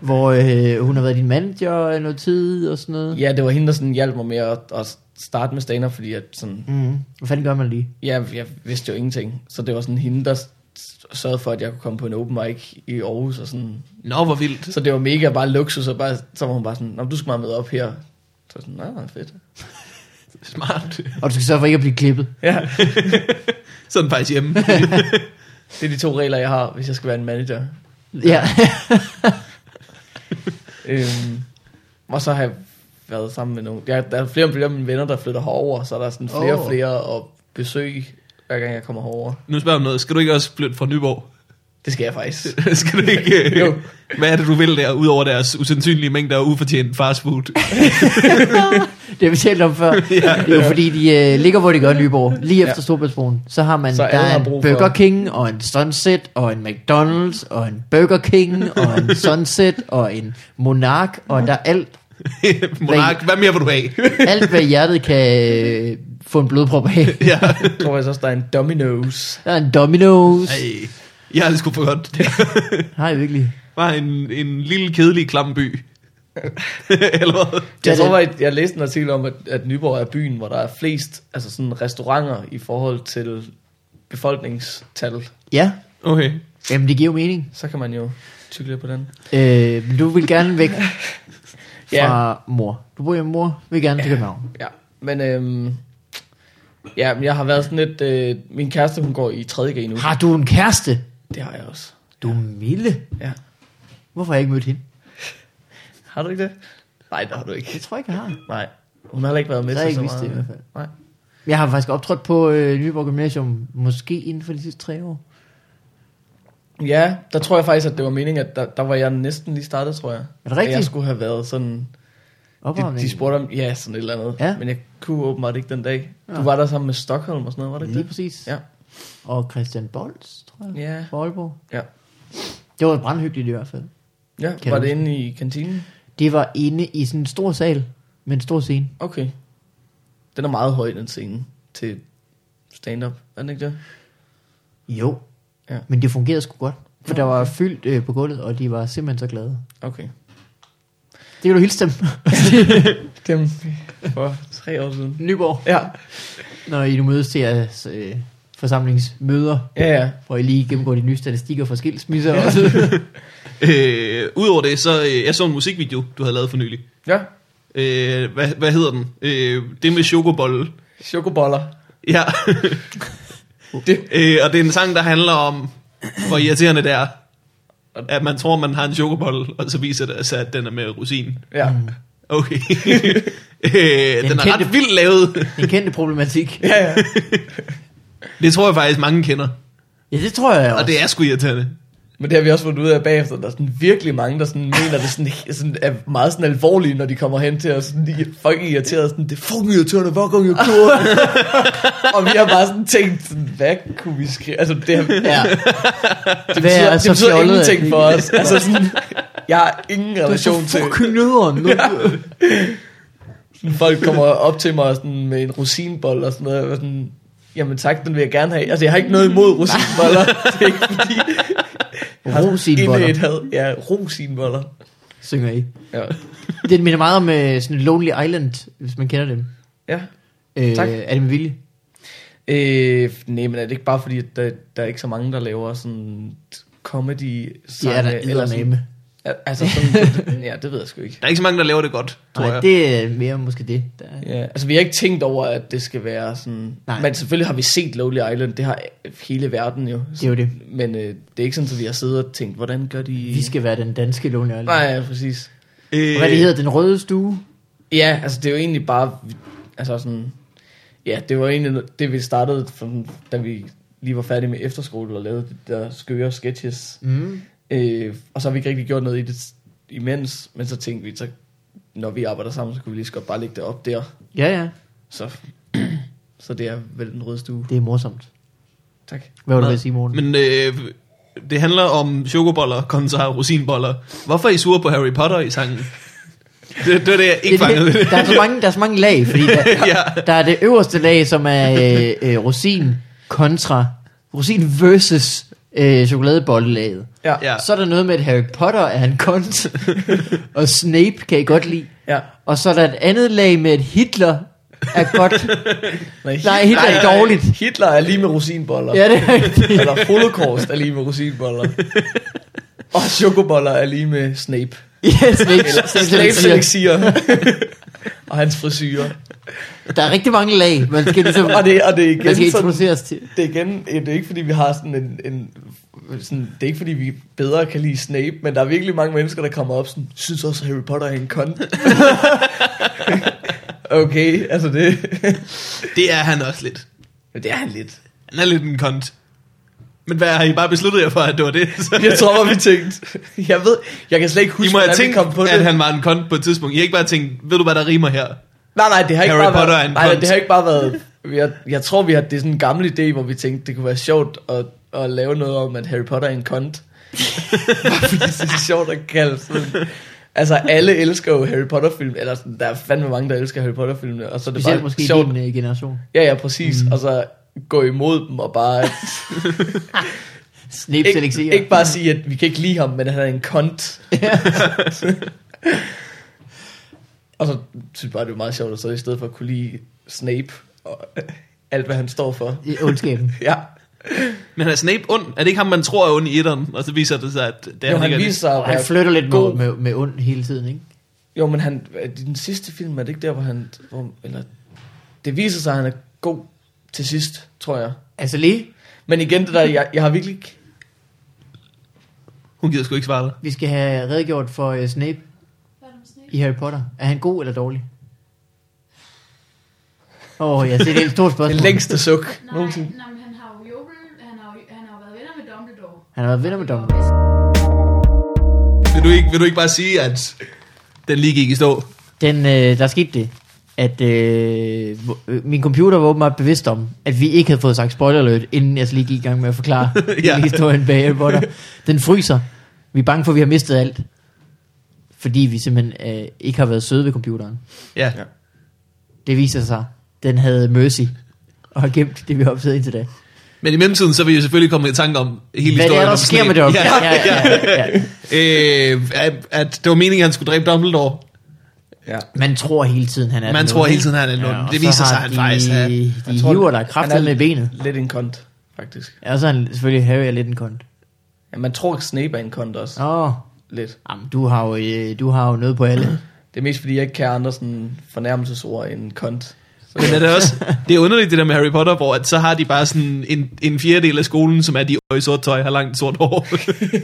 Speaker 2: Hvor øh, hun har været din manager i noget tid og sådan noget.
Speaker 3: Ja, det var hende, der sådan hjalp mig med at, at starte med stand fordi at sådan,
Speaker 2: Mm. Hvad fanden gør man lige?
Speaker 3: ja, jeg vidste jo ingenting. Så det var sådan hende, der s- sørgede for, at jeg kunne komme på en open mic i Aarhus. Og sådan.
Speaker 1: Nå, hvor vildt.
Speaker 3: Så det var mega bare luksus, og bare, så var hun bare sådan, "Nå, men du skal bare med op her. Så var jeg sådan, nej, fedt.
Speaker 1: Smart.
Speaker 2: Og du skal sørge for ikke at blive klippet.
Speaker 3: Ja,
Speaker 1: Sådan faktisk hjemme.
Speaker 3: det er de to regler, jeg har, hvis jeg skal være en manager.
Speaker 2: Ja.
Speaker 3: Øhm, og så har jeg været sammen med nogle, jeg, der er flere og flere af mine venner, der flytter herover, så er der sådan flere og
Speaker 2: Åh.
Speaker 3: flere at besøge, hver gang jeg kommer herover.
Speaker 1: Nu spørger jeg om noget. Skal du ikke også flytte fra Nyborg?
Speaker 3: Det skal jeg faktisk.
Speaker 1: Skal du ikke... øh,
Speaker 3: Jo.
Speaker 1: Hvad er det, du vil der, udover deres usandsynlige mængder af ufortjent fastfood?
Speaker 2: Det har vi talt om før. ja, det er jo fordi, de øh, ligger, hvor de gør i Nyborg. Lige efter ja. Storbritannien. Så har man,
Speaker 3: Så
Speaker 2: så der
Speaker 3: alle
Speaker 2: er
Speaker 3: har
Speaker 2: en
Speaker 3: brug for-
Speaker 2: Burger King, og en Sunset, og en McDonald's, og en Burger King, og en Sunset, og en Monark, og der er alt,
Speaker 1: Monark, hvad mere vil du have?
Speaker 2: alt hvad hjertet kan øh, få en blodprop af.
Speaker 1: ja.
Speaker 3: Jeg tror faktisk også, der er en Domino's
Speaker 2: Der er en Domino's.
Speaker 1: Ej, jeg har det sgu for godt. Det
Speaker 2: Har jeg virkelig?
Speaker 1: var en, en lille, kedelig, klam by. Eller hvad?
Speaker 2: Ja,
Speaker 3: Jeg
Speaker 2: det-
Speaker 3: tror, at jeg læste en artikel om, at, at Nyborg er byen, hvor der er flest altså sådan restauranter i forhold til befolkningstal.
Speaker 2: Ja,
Speaker 1: Okay.
Speaker 2: jamen det giver jo mening.
Speaker 3: Så kan man jo tykke lidt på den.
Speaker 2: Øh, men du vil gerne væk
Speaker 3: Ja,
Speaker 2: fra mor. Du bor hjemme med mor, vil gerne til København.
Speaker 3: ja. men øhm, ja, men jeg har været sådan lidt... Øh, min kæreste, hun går i 3. G nu.
Speaker 2: Har du en kæreste?
Speaker 3: Det har jeg også.
Speaker 2: Du er milde.
Speaker 3: Ja.
Speaker 2: Hvorfor har jeg ikke mødt hende?
Speaker 3: Har du ikke det? Nej, det har du ikke.
Speaker 2: Jeg tror ikke, jeg har.
Speaker 3: Nej. Hun har heller ikke været med
Speaker 2: Så har
Speaker 3: til
Speaker 2: jeg
Speaker 3: så
Speaker 2: ikke vidst
Speaker 3: meget.
Speaker 2: det i hvert fald.
Speaker 3: Nej.
Speaker 2: Jeg har faktisk optrådt på øh, Nyborg Gymnasium, måske inden for de sidste tre år.
Speaker 3: Ja, der tror jeg faktisk, at det var meningen, at der, der var jeg næsten lige startet, tror jeg.
Speaker 2: Er det rigtigt?
Speaker 3: At jeg skulle have været sådan... De,
Speaker 2: Opvarmning.
Speaker 3: de spurgte om, ja, sådan et eller andet.
Speaker 2: Ja.
Speaker 3: Ja. Men jeg kunne åbenbart ikke den dag. Du
Speaker 2: Ja.
Speaker 3: var der sammen med Stockholm og sådan noget, var det ikke
Speaker 2: Lige
Speaker 3: det?
Speaker 2: præcis.
Speaker 3: Mhm. Ja.
Speaker 2: Og Christian Bolds, tror jeg.
Speaker 3: Ja.
Speaker 2: Fra Aalborg.
Speaker 3: Ja.
Speaker 2: Det var brandhyggeligt i hvert fald.
Speaker 3: Ja,
Speaker 2: Kan
Speaker 3: var
Speaker 2: du-
Speaker 3: det inde i kantinen?
Speaker 2: Det var inde i sådan en stor sal, med en stor scene.
Speaker 3: Okay. Den er meget høj, den scene, til stand-up. Er den ikke det?
Speaker 2: Jo.
Speaker 3: Ja.
Speaker 2: Men det fungerede sgu godt. For der var fyldt øh, på gulvet, og de var simpelthen så glade.
Speaker 3: Okay.
Speaker 2: Det kan du hilse dem.
Speaker 3: Dem for tre år siden.
Speaker 2: Nyborg.
Speaker 3: Ja,
Speaker 2: Når I nu mødes til jeres øh, forsamlingsmøder,
Speaker 3: ja, ja.
Speaker 2: hvor I lige gennemgår de nye statistikker for skilsmisser. Ja.
Speaker 1: Øh, Udover det, så øh, jeg så en musikvideo, du havde lavet for nylig.
Speaker 3: Ja,
Speaker 1: Øh, hvad, hvad hedder den? Øh, det med chokobolle.
Speaker 3: chokoboller.
Speaker 1: Ja,
Speaker 3: Det,
Speaker 1: øh, og det er en sang, der handler om, hvor irriterende det er, at man tror, man har en chokobolle, og så viser det sig, at den er med rosin.
Speaker 3: ja.
Speaker 2: Mm.
Speaker 1: Okay. øh, den,
Speaker 2: Den
Speaker 1: er
Speaker 2: kendte-
Speaker 1: ret vildt lavet.
Speaker 2: En kendte problematik.
Speaker 3: Ja, ja.
Speaker 1: Det tror jeg faktisk, mange kender.
Speaker 2: Ja, det tror jeg også.
Speaker 1: Og det er sgu irriterende.
Speaker 3: Men det har vi også fundet ud af bagefter, der er sådan virkelig mange, der sådan mener, det sådan, sådan er meget sådan alvorlige, når de kommer hen til os. Sådan, de er fucking irriterede, sådan, det er fucking irriterende, hver gang jeg gjorde det." Og vi har bare sådan tænkt, sådan, hvad kunne vi skrive? Altså, det, har,
Speaker 2: Ja.
Speaker 3: det
Speaker 2: Hvad
Speaker 3: betyder,
Speaker 2: er
Speaker 3: det
Speaker 2: så
Speaker 3: betyder
Speaker 2: fjollet, at
Speaker 3: ingenting
Speaker 2: vi-
Speaker 3: for os. Altså, sådan, jeg har ingen
Speaker 2: Du er så
Speaker 3: relation til,
Speaker 2: fucking nederen nu.
Speaker 3: sådan, folk kommer op til mig og sådan, med en rosinbold og sådan noget. Og sådan, Jamen tak, den vil jeg gerne have. Altså, jeg har ikke noget imod rosinboller. Det er ikke fordi... jeg har
Speaker 2: Rosinboller.
Speaker 3: indædt had. Ja, rosinboller.
Speaker 2: Synger I.
Speaker 3: Ja.
Speaker 2: Det minder meget om øh, sådan Lonely Island, hvis man kender dem.
Speaker 3: ja.
Speaker 2: Øh,
Speaker 3: Tak.
Speaker 2: Er det med vilje?
Speaker 3: Øh, nej, men er det ikke bare fordi, at der, der er ikke så mange, der laver sådan comedy
Speaker 2: Det er der
Speaker 3: sådan,
Speaker 2: eddermame.
Speaker 3: Al- Altså sådan, ja, det ved jeg sgu ikke.
Speaker 1: Der er ikke så mange, der laver det godt, tror
Speaker 2: Nej,
Speaker 1: jeg.
Speaker 2: det er mere måske det. Der er.
Speaker 3: Ja, altså vi har ikke tænkt over, at det skal være sådan...
Speaker 2: Nej.
Speaker 3: Nej. Men selvfølgelig har vi set Lonely Island, det har hele verden jo.
Speaker 2: Det er jo det.
Speaker 3: Men øh, det er ikke sådan, at vi har siddet og tænkt, hvordan gør de...
Speaker 2: Vi skal være den danske Lonely Island.
Speaker 3: Nej, ja, præcis.
Speaker 1: Øh,
Speaker 2: Hvad det hedder, den røde stue?
Speaker 3: Ja, altså det er jo egentlig bare, altså sådan, ja, det var egentlig det, vi startede, fra, da vi lige var færdige med efterskole og lavede de der skøre sketches.
Speaker 2: Mm.
Speaker 3: Øh, og så har vi ikke rigtig gjort noget i det imens, men så tænkte vi, så, når vi arbejder sammen, så kunne vi lige så godt bare lægge det op der.
Speaker 2: Ja, ja.
Speaker 3: Så, så det er vel den røde stue.
Speaker 2: Det er morsomt.
Speaker 3: Tak.
Speaker 2: Hvad var du ved at sige, Morten?
Speaker 1: Men øh, det handler om chokoboller kontra rosinboller. Hvorfor er I sure på Harry Potter i sangen? Det, det var det, jeg ikke
Speaker 2: Det er
Speaker 1: fangede.
Speaker 2: det, der, er så mange, der er så mange lag, fordi der,
Speaker 1: Ja.
Speaker 2: ja. der er det øverste lag, som er øh, øh, rosin kontra, rosin versus øh, chokoladebollelaget.
Speaker 3: Ja, ja.
Speaker 1: Ja.
Speaker 2: Så er der noget med, at Harry Potter er en kont, og Snape kan I godt lide.
Speaker 3: ja.
Speaker 2: Og så er der et andet lag med, at Hitler er godt. Nej, Hitler er dårligt.
Speaker 3: Hitler er lige med rosinboller.
Speaker 2: Ja, det er rigtigt.
Speaker 3: Eller holocaust er lige med rosinboller. Og chokoboller er lige med Snape.
Speaker 2: Ja, Snape, Snape,
Speaker 3: Snape
Speaker 2: Snape,
Speaker 3: elixir. og hans frisyrer.
Speaker 2: Der er rigtig mange lag, man skal ligesom,
Speaker 3: Og det, og det er
Speaker 2: man
Speaker 3: igen
Speaker 2: skal
Speaker 3: sådan,
Speaker 2: introduceres til.
Speaker 3: det er igen, ja, det er ikke fordi vi har sådan en, en sådan, det er ikke fordi vi bedre kan lide Snape, men der er virkelig mange mennesker, der kommer op sådan, synes også Harry Potter er en kont. okay, altså det,
Speaker 1: Det er han også lidt.
Speaker 3: men det er han lidt.
Speaker 1: Han er lidt en kont. Men hvad har I bare besluttet jer for, at det var det? Så,
Speaker 3: Jeg tror, hvor vi tænkte, jeg ved, jeg kan slet ikke
Speaker 1: I
Speaker 3: huske,
Speaker 1: må have
Speaker 3: hvordan vi
Speaker 1: tænkt,
Speaker 3: kom på det.
Speaker 1: at han var en kont på et tidspunkt. I har ikke bare tænkt, ved du hvad der rimer her?
Speaker 3: Nej, nej, det har ikke
Speaker 1: Harry
Speaker 3: bare
Speaker 1: Potter er
Speaker 3: været,
Speaker 1: en
Speaker 3: nej,
Speaker 1: kunst.
Speaker 3: det har ikke bare været, jeg, jeg tror, vi har, det er sådan en gammel idé, hvor vi tænkte, det kunne være sjovt at, at lave noget om, at Harry Potter er en kont. Bare fordi det er sjovt at kalde sådan. Altså, alle elsker jo Harry Potter-film, eller sådan, der er fandme mange, der elsker Harry Potter-filmene, og så er det
Speaker 2: Specielt
Speaker 3: bare
Speaker 2: måske i
Speaker 3: sjovt.
Speaker 2: din øh, generation.
Speaker 3: Ja, ja, præcis, mm. og så gå imod dem og bare...
Speaker 2: Snape
Speaker 3: ikke,
Speaker 2: selekterer.
Speaker 3: ikke bare sige, at vi kan ikke lide ham, men han er en kont. Og så synes jeg bare, det er meget sjovt, at så i stedet for at kunne lide Snape og alt, hvad han står for.
Speaker 2: Ja, ondskaben.
Speaker 3: Ja,
Speaker 1: Men er Snape ond? Er det ikke ham, man tror er ond i etteren? Og så viser det sig, at det er
Speaker 3: jo, han
Speaker 1: ikke er det.
Speaker 3: viser sig at
Speaker 2: Og han
Speaker 3: være
Speaker 2: flytter lidt med,
Speaker 3: god.
Speaker 2: med, med ond hele tiden, ikke?
Speaker 3: Jo, men han, i den sidste film er det ikke der, hvor han... Hvor, eller, det viser sig, at han er god til sidst, tror jeg.
Speaker 2: Altså lige,
Speaker 3: Men igen, det der, jeg, jeg har virkelig ikke...
Speaker 1: Hun gider sgu ikke svare dig.
Speaker 2: vi skal have redegjort for uh, Snape
Speaker 5: Hvad er der med Snape?
Speaker 2: i Harry Potter. Er han god eller dårlig? Åh, oh, jeg ser det er et stort
Speaker 3: Den
Speaker 2: spørgsmål.
Speaker 3: længste suk nogensinde.
Speaker 5: Nej, nej, men han har jo jobbet, han har jo, han har jo været venner med Dumbledore.
Speaker 2: Han har været venner med Dumbledore.
Speaker 1: Vil du ikke, vil du ikke bare sige, at den lige gik i stå?
Speaker 2: Den, øh, der skete det, at øh, hvor- øh, min computer var åbenbart bevidst om, at vi ikke havde fået sagt spoiler alert, inden jeg så lige gik i gang med at forklare
Speaker 1: Ja.
Speaker 2: ja. historien bag Harry Potter. Den fryser. Vi er bange for, at vi har mistet alt. Fordi vi simpelthen øh, ikke har været søde ved computeren.
Speaker 1: Ja.
Speaker 3: Ja.
Speaker 2: Det viser sig, den havde Mercy og har gemt det, vi har optaget indtil da.
Speaker 1: Men i mellemtiden, så vil jeg selvfølgelig komme i tanke om hele
Speaker 2: Hvad
Speaker 1: historien
Speaker 2: det er, der
Speaker 1: om
Speaker 2: sker
Speaker 1: Snape.
Speaker 2: med det op? Ja, ja, ja, ja.
Speaker 1: Øh, at, at det var meningen, at han skulle dræbe Dumbledore.
Speaker 3: Ja.
Speaker 2: Man tror hele tiden, han er
Speaker 1: Man
Speaker 2: den
Speaker 1: tror
Speaker 2: onde,
Speaker 1: hele tiden, han er
Speaker 2: ikke?
Speaker 1: den onde.
Speaker 2: og
Speaker 1: Det
Speaker 2: så
Speaker 1: viser
Speaker 2: har
Speaker 1: sig, han faktisk er.
Speaker 2: De, de
Speaker 3: Jeg tror,
Speaker 2: hiver dig
Speaker 3: han
Speaker 2: kraftigt
Speaker 3: er
Speaker 2: med benet.
Speaker 3: Lidt en kont, faktisk.
Speaker 2: Ja, og så er han selvfølgelig Harry er lidt en kont.
Speaker 3: Ja, man tror, at Snape er en kont også.
Speaker 2: Åh, oh,
Speaker 3: Lidt.
Speaker 2: jamen, du har, jo, øh, du har jo noget på alle.
Speaker 3: Det er mest fordi, jeg ikke kan andre sådan fornærmelsesord end kont. Så,
Speaker 1: Men er det også, det er underligt det der med Harry Potter, hvor at så har de bare sådan en, en fjerdedel af skolen, som er de i sort tøj, har langt sort hår.
Speaker 3: det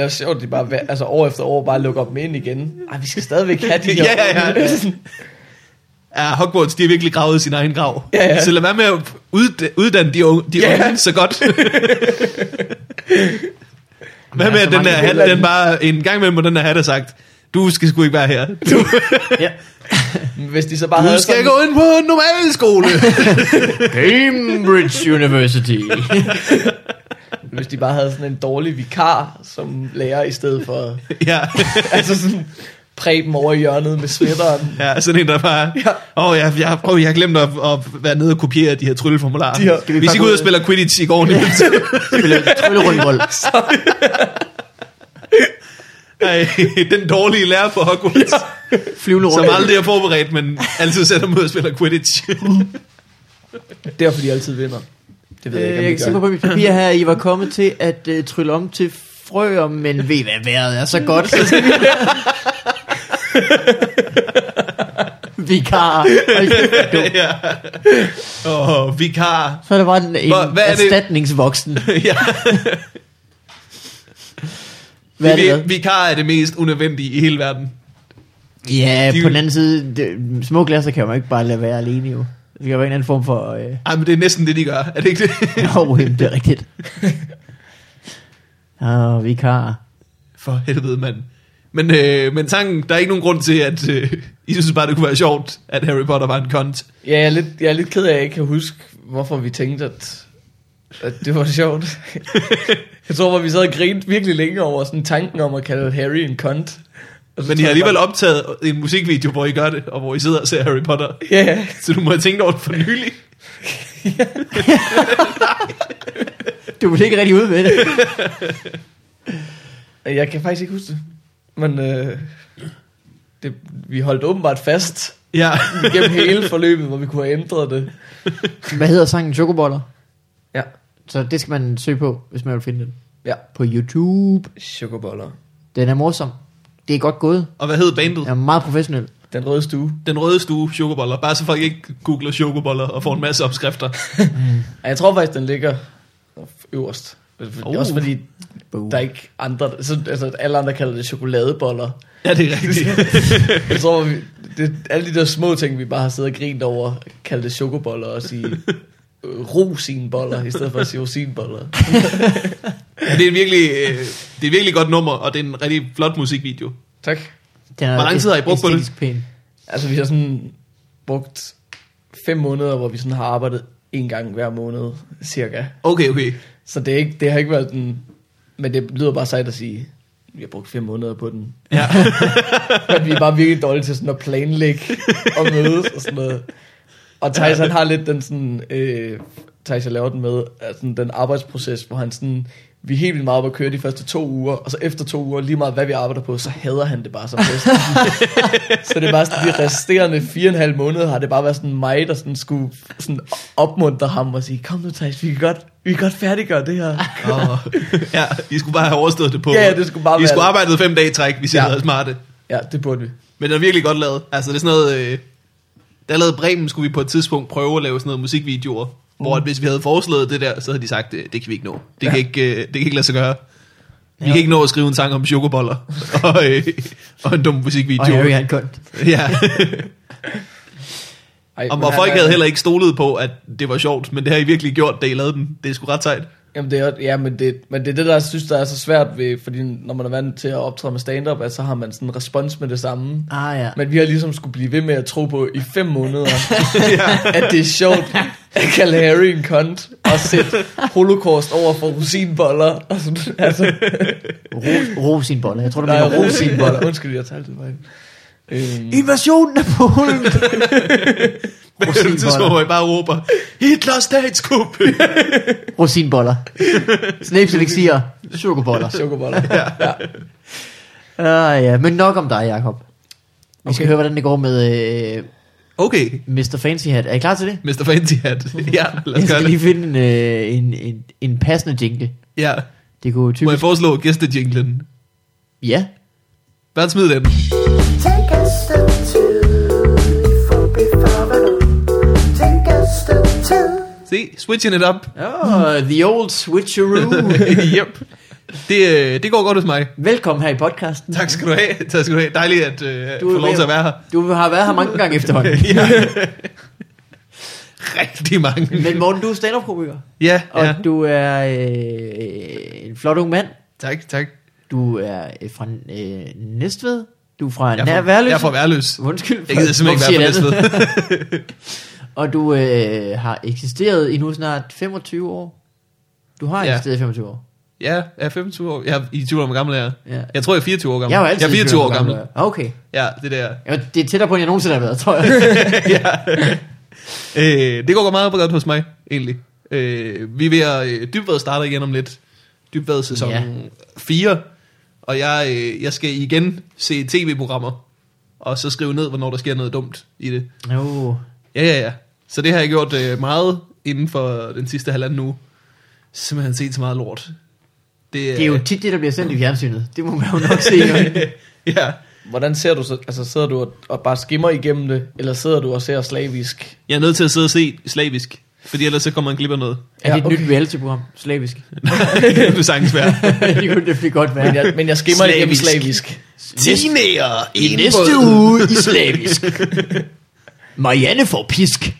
Speaker 3: er også sjovt, at de bare hver- altså, år efter år bare lukker dem ind igen. Ej, vi skal stadigvæk have de
Speaker 1: Ja,
Speaker 3: her.
Speaker 1: ja, ja. ja, Hogwarts, de har virkelig gravet sin egen grav.
Speaker 3: Ja, ja.
Speaker 1: Så lad være med at ud, uddanne de unge, de
Speaker 3: Ja.
Speaker 1: unge så godt. Hvad
Speaker 2: Der
Speaker 1: med,
Speaker 2: er
Speaker 1: at
Speaker 2: så
Speaker 1: den
Speaker 2: mange
Speaker 1: der hat,
Speaker 2: huller i
Speaker 1: den
Speaker 2: den.
Speaker 1: bare en gang imellem, må den der hat har sagt, du skal sgu ikke være her. Du,
Speaker 2: ja.
Speaker 3: Hvis de så bare
Speaker 1: du
Speaker 3: havde
Speaker 1: skal
Speaker 3: sådan,
Speaker 1: gå ind på en normal skole.
Speaker 2: Cambridge University.
Speaker 3: hvis de bare havde sådan en dårlig vikar som lærer i stedet for,
Speaker 1: ja.
Speaker 3: altså sådan præb dem over i hjørnet med sweateren.
Speaker 1: Ja, sådan en, der bare...
Speaker 3: Ja.
Speaker 1: Åh, oh, jeg, jeg, oh, jeg har glemt at, at være nede og kopiere de her trylleformularer.
Speaker 3: De her-
Speaker 1: Skal vi Hvis I går ud og spiller Quidditch i går, ja.
Speaker 2: Spiller tryllerundbold.
Speaker 1: Ej, den dårlige lærer på Hogwarts, ja.
Speaker 2: Flyvende rundt.
Speaker 1: som aldrig er forberedt, men altid sætter mod og spiller Quidditch.
Speaker 3: Det er fordi, de altid vinder. Det ved jeg
Speaker 2: Øh,
Speaker 3: ikke,
Speaker 2: jeg kan se
Speaker 3: om de gør.
Speaker 2: på mit papir her, at I var kommet til at øh, trylle om til frøer, men ved I hvad vejret er så godt. Så skal vi... Vikar. Hold kæft, du.
Speaker 1: ja. Åh, oh, vikar.
Speaker 2: Så er der bare en, en
Speaker 1: Hvor- hvad er det?
Speaker 2: erstatningsvoksen.
Speaker 1: ja,
Speaker 2: Hvad er det?
Speaker 1: vi, vikar er det mest unødvendige i hele verden.
Speaker 2: Ja,
Speaker 1: De-
Speaker 2: på den anden side, det, små glasser kan man jo ikke bare lade være alene jo. Det skal være en anden form for... Øh,
Speaker 1: Ej, men det er næsten det, de gør. Er det ikke det?
Speaker 2: jo, jamen, det er rigtigt. Åh, vikar.
Speaker 1: For helvede, mand. Men, øh, men sangen, der er ikke nogen grund til, at øh, I synes bare, det kunne være sjovt, at Harry Potter var en kont.
Speaker 3: Ja, jeg er, lidt, jeg er lidt ked af, at jeg ikke kan huske, hvorfor vi tænkte, at, at det var sjovt. jeg tror, at vi sad og grinte virkelig længe over sådan tanken om at kalde Harry en kont. Og så
Speaker 1: Men I
Speaker 3: tror
Speaker 1: har
Speaker 3: jeg
Speaker 1: alligevel
Speaker 3: bare-
Speaker 1: optaget en musikvideo, hvor I gør det, og hvor I sidder og ser Harry Potter.
Speaker 3: Ja, ja.
Speaker 1: Så du må have tænkt over det for nylig.
Speaker 2: Du vil ikke rigtig ud med det.
Speaker 3: Jeg kan faktisk ikke huske det. Men øh, det, vi holdt åbenbart fast
Speaker 1: Ja.
Speaker 3: gennem hele forløbet, hvor vi kunne have ændret det.
Speaker 2: Hvad hedder sangen? Chokoboller?
Speaker 3: Ja.
Speaker 2: Så det skal man søge på, hvis man vil finde den.
Speaker 3: Ja.
Speaker 2: På YouTube.
Speaker 3: Chokoboller.
Speaker 2: Den er morsom. Det er godt gået.
Speaker 1: Og hvad hed bandet?
Speaker 2: Den er meget professionel.
Speaker 3: Den røde stue.
Speaker 1: Den røde stue, chokoboller. Bare så folk ikke googler chokoboller og får en masse opskrifter.
Speaker 3: Ej, Jeg tror faktisk, den ligger øverst. Uh.
Speaker 1: Uh.
Speaker 3: Også fordi
Speaker 2: Boom.
Speaker 3: der er ikke andre, så, altså alle andre kalder det chokoladeboller.
Speaker 1: Ja, det er rigtigt.
Speaker 3: Jeg tror, vi, det, alle de der små ting, vi bare har siddet og grint over, kalde det chokoboller og sige øh, rosinboller, i stedet for at sige rosinboller.
Speaker 1: Ja, det, er et virkelig, øh, det er et virkelig godt nummer, og det er en rigtig flot musikvideo.
Speaker 3: Tak.
Speaker 2: Den er
Speaker 1: Hvor lang tid har I brugt på det?
Speaker 2: æstetisk Pæn.
Speaker 3: Altså, vi har sådan brugt fem måneder, hvor vi sådan har arbejdet en gang hver måned, cirka.
Speaker 1: Okay, okay.
Speaker 3: Så det, er ikke, det har ikke været den... Men det lyder bare sejt at sige, vi har brugt fem måneder på den.
Speaker 1: Ja.
Speaker 3: Men vi er bare virkelig dårlige til sådan at planlægge og mødes og sådan noget. Og Thijs, han har lidt den sådan... Øh, Thijs, jeg laver den med, er sådan den arbejdsproces, hvor han sådan... Vi er helt vildt meget oppe at køre de første to uger, og så efter to uger, lige meget hvad vi arbejder på, så hader han det bare så fest. så det er bare sådan, de resterende fire og en halv måneder har det bare været sådan mig, der sådan skulle sådan opmuntre ham og sige, kom nu Thijs, vi kan godt, vi kan godt færdiggøre det her.
Speaker 1: Og, ja, I skulle bare have overstået det på.
Speaker 3: Ja, ja, det skulle bare
Speaker 1: I
Speaker 3: være-
Speaker 1: skulle arbejde fem dage i træk, hvis I
Speaker 3: Ja.
Speaker 1: ja. havde været smarte.
Speaker 3: Ja, det burde vi.
Speaker 1: Men den er virkelig godt lavet. Altså, det er sådan noget... Øh, da jeg lavede Bremen, skulle vi på et tidspunkt prøve at lave sådan noget musikvideoer,
Speaker 2: Mhm.
Speaker 1: mm. hvor at hvis vi havde foreslået det der, så havde de sagt, øh, det kan vi ikke nå. Det, ja. kan, ikke, øh, det kan ikke lade sig gøre. Vi
Speaker 2: Ja.
Speaker 1: kan ikke nå at skrive en sang om chokoboller og, øh, og en dum
Speaker 2: Og
Speaker 1: musikvideo.
Speaker 2: Harry han kont.
Speaker 1: ja.
Speaker 3: Ej,
Speaker 1: og,
Speaker 3: men
Speaker 1: og
Speaker 3: han
Speaker 1: folk
Speaker 3: er-
Speaker 1: havde heller ikke stolet på, at det var sjovt, men det har I virkelig gjort, da I lavede den. Det er sgu ret sejt.
Speaker 3: Jamen det er, også- ja, men det, men det er det, der jeg synes, der er så svært ved, fordi når man er vant til at optræde med stand-up, at så har man sådan en respons med det samme.
Speaker 2: Ah ja.
Speaker 3: Men vi har ligesom skulle blive ved med at tro på i fem måneder, at det er sjovt at kalde Harry en kont og sætte holocaust over for rosinboller. Og sådan, altså,
Speaker 2: Ro- rosinboller. Jeg tror, du
Speaker 3: nej,
Speaker 2: mener
Speaker 3: rosinboller. Undskyld, jeg talte det bare. Øhm,
Speaker 2: Invasionen af Polen.
Speaker 1: Men det er et tidspunkt, hvor I bare råber, Hitler statskup!
Speaker 2: Rosinboller. Snapes elixir. Chokoboller.
Speaker 3: chokoboller.
Speaker 2: Ah ja, men nok om dig, Jacob. Vi skal
Speaker 3: Okay.
Speaker 2: høre, hvordan det går med øh,
Speaker 1: Okay,
Speaker 2: Mr. Fancy Hat. Er I klar til det?
Speaker 1: Mr. Fancy Hat. Ja, lad
Speaker 2: Jeg
Speaker 1: os gøre
Speaker 2: skal lige
Speaker 1: det.
Speaker 2: finde en, øh, en, en, en passende jingle.
Speaker 1: Ja.
Speaker 2: Det kunne
Speaker 1: Må jeg
Speaker 2: typisk...
Speaker 1: foreslå gæstejinglen?
Speaker 2: Ja.
Speaker 1: Hvad smid den?
Speaker 4: Take a step two for before Take a step two.
Speaker 1: Se, switching it up.
Speaker 2: Oh, the old switcheroo.
Speaker 1: yep. Det, øh, det går godt hos mig.
Speaker 2: Velkommen her i podcasten.
Speaker 1: Tak skal du have. Tak skal du have. Dejligt at øh,
Speaker 2: Du er
Speaker 1: få lov
Speaker 2: med.
Speaker 1: til at være her.
Speaker 2: Du har været her mange gange efterhånden.
Speaker 1: ja. Rigtig mange.
Speaker 2: Men Morten, du er stand-up-komiker.
Speaker 1: Ja,
Speaker 2: Og
Speaker 1: ja.
Speaker 2: du er øh, en flot ung mand.
Speaker 1: Tak, tak.
Speaker 2: Du er øh, fra øh, Næstved. Du er fra
Speaker 1: Jeg er
Speaker 2: Nær
Speaker 1: fra-
Speaker 2: Værløse.
Speaker 1: Jeg er fra Værløs.
Speaker 2: Undskyld.
Speaker 1: Jeg gider simpelthen ikke være på
Speaker 2: hvorfor siger jeg
Speaker 1: Næstved.
Speaker 2: det? Og du øh, har eksisteret i nu snart 25 år. Du har
Speaker 1: Ja.
Speaker 2: eksisteret i 25 år.
Speaker 1: Ja, jeg er 25 år. Jeg er i 20 år hvor gammel, jeg er.
Speaker 2: Ja.
Speaker 1: Jeg tror, jeg er 24 år gammel.
Speaker 2: Jeg er jo altid
Speaker 1: jeg er 24 år gammel.
Speaker 2: gammel. Okay.
Speaker 1: Ja, det der.
Speaker 2: Jo, det er tættere på, end jeg nogensinde har været, tror jeg.
Speaker 1: ja. øh, det går godt meget godt hos mig, egentlig. Øh, vi er ved at... Øh, dybvad starter igen om lidt. Dybvad sæson
Speaker 2: Ja.
Speaker 1: ja. 4. Og jeg, øh, jeg skal igen se tv-programmer. Og så skrive ned, hvornår der sker noget dumt i det.
Speaker 2: jo.
Speaker 1: Ja, ja, ja. Så det har jeg gjort øh, meget inden for den sidste halvanden uge. Simpelthen set så meget lort. Det,
Speaker 2: Det er jo tit det, der bliver sendt i fjernsynet. Det må man jo nok se. jo.
Speaker 1: ja.
Speaker 3: Hvordan ser du så? Altså sidder du og, og bare skimmer igennem det, eller sidder du og ser slavisk?
Speaker 1: Jeg er nødt til at sidde og se slavisk. Fordi ellers så kommer man glip af noget.
Speaker 2: Er det et
Speaker 3: Ja, okay.
Speaker 2: nyt reality-program? Slavisk.
Speaker 1: det kunne sagtens være.
Speaker 2: det kunne det godt være.
Speaker 3: Men jeg, men jeg skimmer igennem
Speaker 1: Slavisk.
Speaker 3: slavisk.
Speaker 1: Teenager
Speaker 2: I næste uge islamisk. Marianne får pisk.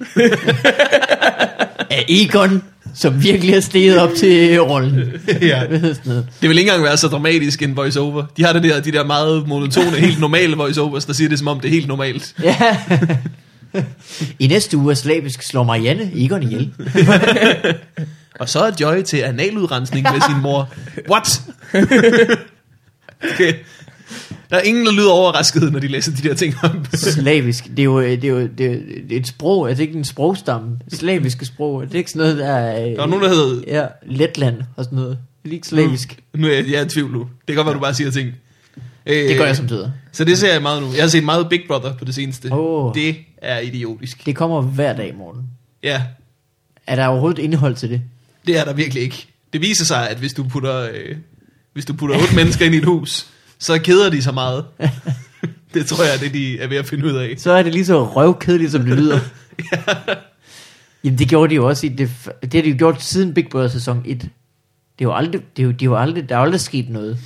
Speaker 2: Af Egon, som virkelig har steget op til rollen.
Speaker 1: Ja.
Speaker 2: Hvad hedder sådan noget?
Speaker 1: Det vil ikke engang være så dramatisk en voiceover. De har det der, de der meget monotone, helt normale voiceovers, der siger det som om det er helt normalt.
Speaker 2: Ja. I næste uge er slavisk slår Marianne Egon ihjel.
Speaker 1: Og så er Joy til analudrensning med sin mor. What? okay. Der er ingen, der lyder overrasket, når de læser de der ting op.
Speaker 2: Slavisk, det er jo, det er jo det er, det er et sprog, er det ikke en sprogstamme? Slaviske sprog, er det ikke sådan noget, der er...
Speaker 1: Der er nogen, der hedder... Mm.
Speaker 2: Ja, Letland og sådan noget. Det er ikke slavisk.
Speaker 1: Nu er jeg, jeg er i tvivl nu. Det kan godt være, du bare siger ting. Øh,
Speaker 2: Det gør jeg som tider.
Speaker 1: Så det ser jeg meget nu. Jeg har set meget Big Brother på det seneste.
Speaker 2: Åh.
Speaker 1: Det er idiotisk.
Speaker 2: Det kommer hver dag i morgen.
Speaker 1: Ja,
Speaker 2: Er der overhovedet indhold til det?
Speaker 1: Det er der virkelig ikke. Det viser sig, at hvis du putter, øh, hvis du putter otte mennesker ind i et hus, så keder de sig meget. det tror jeg, er det de er ved at finde ud af.
Speaker 2: Så er det lige så røvkedeligt, som det lyder. Jamen det gjorde de jo også i det, f- det har de jo gjort siden Big Brother sæson 1. Det er jo aldrig, det er jo, det er jo aldrig, der er aldrig sket noget.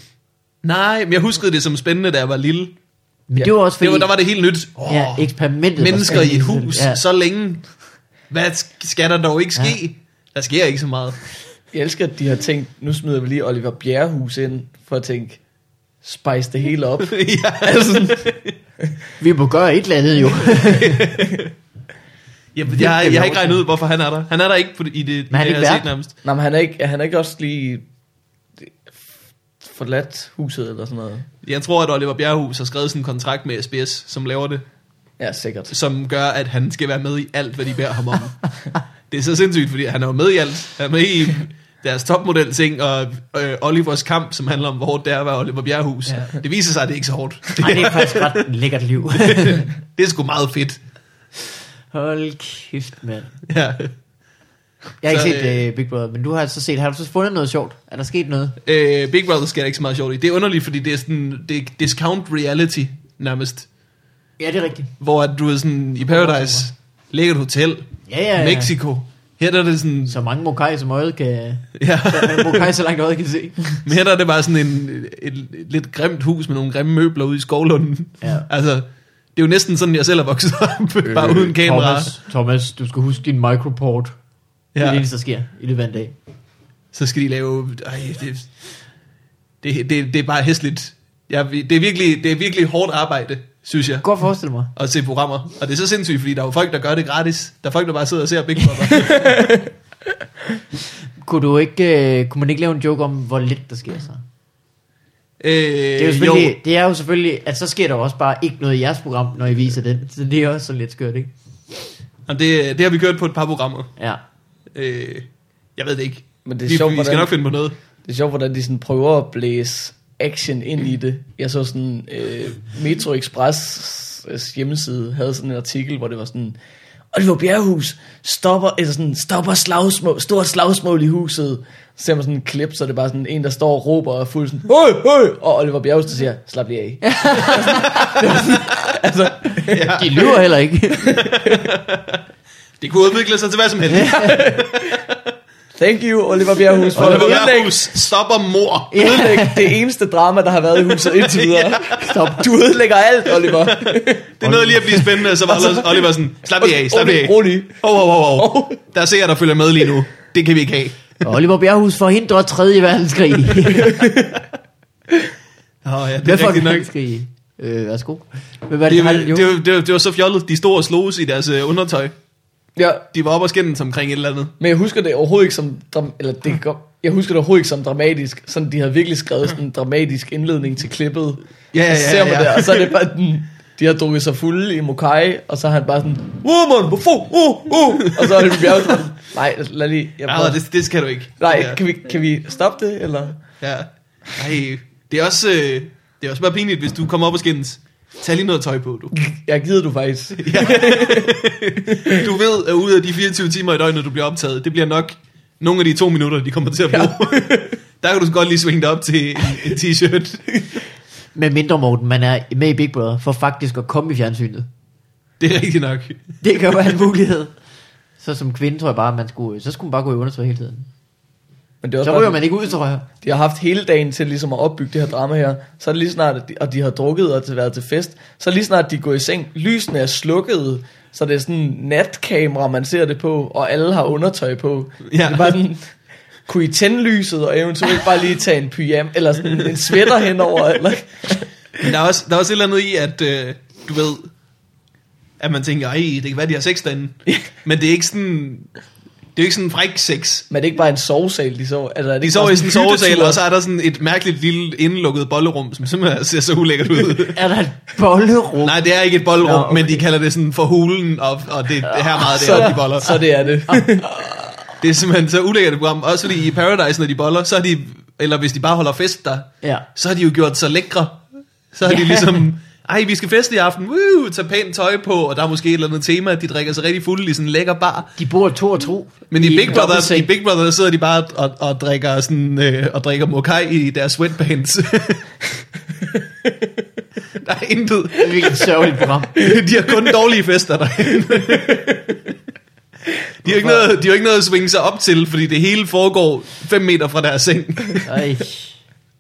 Speaker 1: Nej, men jeg huskede det som spændende, da jeg var lille.
Speaker 2: Men ja, det var også fordi,
Speaker 1: Det var, der var det helt nyt. Oh,
Speaker 2: ja, eksperimentet. var
Speaker 1: mennesker i et
Speaker 2: spændende.
Speaker 1: hus ja. så længe. Hvad sk- skal der dog ikke ske? Ja. Der sker ikke så meget.
Speaker 3: Jeg elsker, at de har tænkt, nu smider vi lige Oliver Bjerrehus ind, for at tænke, spice det hele op.
Speaker 1: ja.
Speaker 3: altså,
Speaker 2: Vi må gøre et eller andet jo.
Speaker 1: jeg, jeg, jeg har ikke regnet ud, hvorfor han er der. Han er der ikke på, i det,
Speaker 2: Men han er
Speaker 1: det,
Speaker 2: ikke
Speaker 1: jeg har
Speaker 2: vært.
Speaker 1: set nærmest.
Speaker 3: nej, men han er, ikke, han er ikke også lige forladt huset eller sådan noget.
Speaker 1: Jeg tror, at Oliver Bjerrehus har skrevet sådan en kontrakt med SBS, som laver det.
Speaker 3: Ja, sikkert.
Speaker 1: som gør, at han skal være med i alt, hvad de beder ham om. det er så sindssygt, fordi han er jo med i alt. Han er med i deres topmodel-ting, og øh, Olivers kamp, som handler om, hvor hårdt det er at være Oliver Bjerrehus. Ja. Det viser sig, at det er ikke så hårdt.
Speaker 2: Nej, det er faktisk ret lækkert liv.
Speaker 1: Det er sgu meget fedt.
Speaker 2: Hold kæft, mand.
Speaker 1: Ja.
Speaker 2: Jeg har
Speaker 1: Så,
Speaker 2: ikke set uh, Big Brother, men du har så set, har du så fundet noget sjovt? Er der sket noget?
Speaker 1: Øh, Big Brother skal der ikke så meget sjovt i. Det er underligt, fordi det er sådan det er discount reality nærmest.
Speaker 2: Ja, det er rigtigt.
Speaker 1: Hvor at du er sådan i Paradise, ligger et hotel,
Speaker 2: Ja, ja, ja.
Speaker 1: Mexico. Her der er det sådan...
Speaker 2: Så mange mokai som øjet kan...
Speaker 1: Ja.
Speaker 2: Så mange mokai, så langt øjet kan se.
Speaker 1: Men her der er det bare sådan en, et, et, et lidt grimt hus med nogle grimme møbler ude i skovlunden.
Speaker 2: Ja.
Speaker 1: Altså, det er jo næsten sådan, jeg selv er vokset op, øh, bare uden kamera.
Speaker 2: Thomas, Thomas, du skal huske din microport. Ja. Det er det
Speaker 1: Ja.
Speaker 2: eneste, der sker i løbet af en dag.
Speaker 1: Så skal de lave... Ej, det, det, det, det er bare hæsligt. Ja, vi- det, er virkelig, det er virkelig hårdt arbejde, synes jeg.
Speaker 2: Godt forestille mig.
Speaker 1: At se programmer. Og det er så sindssygt, fordi der er jo folk, der gør det gratis. Der er folk, der bare sidder og ser Big Brother.
Speaker 2: Kunne, du ikke, øh, kunne man ikke lave en joke om, hvor lidt der sker så?
Speaker 1: øh,
Speaker 2: Det er, jo
Speaker 1: jo,
Speaker 2: selvfølgelig, det er jo selvfølgelig, at så sker der jo også bare ikke noget i jeres program, når I viser den. Så det er også så lidt skørt, ikke?
Speaker 1: og det, det har vi kørt på et par programmer.
Speaker 2: Ja.
Speaker 1: Øh, jeg ved det ikke.
Speaker 3: Men det er
Speaker 1: vi,
Speaker 3: sjovt,
Speaker 1: vi skal
Speaker 3: hvordan-
Speaker 1: nok finde på noget.
Speaker 3: Det er sjovt, hvordan de sådan prøver at blæse action ind i det. Jeg så sådan, øh, Metro Express hjemmeside havde sådan en artikel, hvor det var sådan, Oliver Bjerrehus stopper, eller sådan, stopper slagsmål, stort slagsmål i huset. Så ser man sådan en klip, så er det bare sådan en, der står og råber og er fuld sådan, høj, høj, og Oliver Bjerrehus, der siger, slap lige af.
Speaker 2: De lyver heller ikke.
Speaker 1: Det kunne udvikle sig til hvad som helst.
Speaker 3: Thank you, Oliver Bjerrehus, for
Speaker 1: Og
Speaker 3: at
Speaker 1: Oliver
Speaker 3: ødelægge,
Speaker 1: Bjerrehus stopper mor.
Speaker 3: ødelægge det eneste drama, der har været i huset indtil videre.
Speaker 2: Stop.
Speaker 3: Du ødelægger alt, Oliver.
Speaker 1: Det nåede lige at blive spændende, og så var Oliver sådan, slap lige af, slap lige af.
Speaker 3: Rolig, rolig.
Speaker 1: Hov, hov, hov, hov. Der ser jeg, der følger med lige nu. Det kan vi ikke have.
Speaker 2: Oliver Bjerghus forhindrer 3. verdenskrig.
Speaker 1: Åh oh, ja, det
Speaker 2: Hvad
Speaker 1: er
Speaker 2: for
Speaker 1: rigtigt
Speaker 2: en
Speaker 1: nok.
Speaker 2: verdenskrig? Øh, værsgo. Hvad var det,
Speaker 1: Det,
Speaker 2: han
Speaker 1: det,
Speaker 2: gjorde?
Speaker 1: det, det, var- det, var så fjollet. De stod og sloges i deres øh, undertøj.
Speaker 3: Ja,
Speaker 1: De var oppe og skændes omkring et eller andet.
Speaker 3: Men jeg husker det overhovedet ikke som dram- eller det
Speaker 1: Mm.
Speaker 3: kan godt- jeg husker det overhovedet ikke som dramatisk. Sådan de havde virkelig skrevet sådan en dramatisk indledning til klippet.
Speaker 1: Ja, ja,
Speaker 3: Og så ser man
Speaker 1: ja, ja.
Speaker 3: det, og så er det bare den, de har drukket sig fulde i Mokai, og så har han bare sådan, woman, hvorfor, uh, uh, og så er det bjerget sådan, nej, lad lige, jeg
Speaker 1: Ja,
Speaker 3: prøver.
Speaker 1: Ah, det, det skal du ikke.
Speaker 3: nej,
Speaker 1: ja.
Speaker 3: kan vi, kan vi stoppe det, eller?
Speaker 1: Ja. Ej, det er også... Øh, det er også bare pinligt, hvis du kommer op og skændes. Tag lige noget tøj på, du.
Speaker 3: Jeg gider du faktisk.
Speaker 1: Du ved, at ud af de 24 timer i døgnet, du bliver optaget, det bliver nok nogle af de to minutter, de kommer til at bruge. Ja. Der kan du så godt lige svinge dig op til en, en t-shirt.
Speaker 2: Med mindre, Morten, man er med i Big Brother for faktisk at komme i fjernsynet.
Speaker 1: Det er rigtigt nok.
Speaker 2: Det kan jo være en mulighed. Så som kvinde tror jeg bare, at man skulle, så skulle man bare gå i undertøj hele tiden.
Speaker 3: Men det er også
Speaker 2: Så
Speaker 3: bare,
Speaker 2: ryger man ikke ud, tror jeg.
Speaker 3: de har haft hele dagen til ligesom at opbygge det her drama her. Så er det lige snart, at de, og de har drukket og til- været til fest. Så lige snart de går i seng, lysene er slukkede. Så det er sådan en natkamera, man ser det på, og alle har undertøj på.
Speaker 1: Ja.
Speaker 3: Ja. Det er bare sådan, kunne I tænde lyset, og eventuelt bare lige tage en pyjam, eller sådan en sweater henover, eller...
Speaker 1: Men der er, også, der er også et eller andet i, at øh, du ved, at man tænker, ej, det kan være, de har sex derinde. Men det er ikke sådan, det er ikke sådan en fræk sex.
Speaker 3: Men er det ikke bare en sovesal, de sov? Altså, er det
Speaker 1: De
Speaker 3: ikke
Speaker 1: sover
Speaker 3: bare
Speaker 1: i sådan en
Speaker 3: hyttetur?
Speaker 1: sovesal, og så er der sådan et mærkeligt lille indelukket bollerum, som simpelthen ser så ulækkert ud.
Speaker 2: Er der et bollerum?
Speaker 1: Nej, det er ikke et bollerum,
Speaker 2: Nå, okay.
Speaker 1: men de kalder det sådan for hulen, og, og det, det er her meget det er, de boller.
Speaker 3: Så det er det.
Speaker 1: Det er simpelthen så ulækkert et program. Også fordi i Paradise, når de boller, så er de, eller hvis de bare holder fest der,
Speaker 2: Ja.
Speaker 1: så har de jo gjort sig lækre. Så har de
Speaker 2: Ja.
Speaker 1: ligesom, ej, vi skal feste i aften, Woo, tag pænt tøj på, og der er måske et eller andet tema, de drikker sig rigtig fulde i sådan en lækker bar.
Speaker 2: De bor to og to.
Speaker 1: Men i, Big
Speaker 2: en
Speaker 1: Brother,
Speaker 2: dobbeltseng.
Speaker 1: i Big Brother der sidder de bare og, og drikker, sådan, øh, og drikker mokai i deres sweatpants. der er intet.
Speaker 2: Det er virkelig et sørgeligt program.
Speaker 1: De har kun dårlige fester derinde. De har, ikke noget, de har ikke noget at svinge sig op til, fordi det hele foregår 5 meter fra deres seng.
Speaker 2: Ej.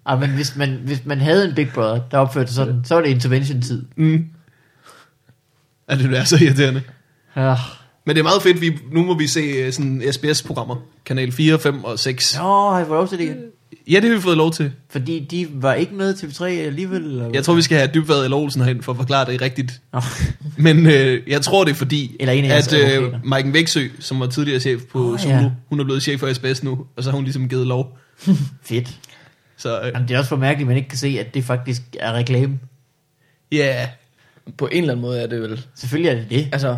Speaker 2: Ej, men hvis man, hvis man havde en Big Brother, der opførte sig sådan, så var det intervention-tid.
Speaker 1: Mm. Ja, det er så irriterende.
Speaker 2: Ja.
Speaker 1: Men det er meget fedt, vi, nu må vi se øh, sådan SBS-programmer. Kanal 4, 5 og 6. Ja,
Speaker 2: Nå, har I fået lov til det igen?
Speaker 1: det har vi fået lov til.
Speaker 2: Fordi de var ikke med til 3 alligevel? Eller? hvad?
Speaker 1: Jeg tror, vi skal have Dybvad eller Olsen herhen for at forklare det rigtigt.
Speaker 2: Nå.
Speaker 1: Men øh, jeg tror, det er fordi,
Speaker 2: Eller en af jeres
Speaker 1: at øh,
Speaker 2: advokater.
Speaker 1: Maiken Vægtsø, som var tidligere chef på
Speaker 2: Åh,
Speaker 1: oh, Zulu,
Speaker 2: ja.
Speaker 1: hun er blevet chef for SBS nu, og så har hun ligesom givet lov.
Speaker 2: Fedt.
Speaker 1: Så øh,
Speaker 2: Jamen, det er også for mærkeligt, at man ikke kan se, at det faktisk er reklame.
Speaker 1: yeah.
Speaker 3: På en eller anden måde er det vel.
Speaker 2: Selvfølgelig er det det.
Speaker 3: Altså,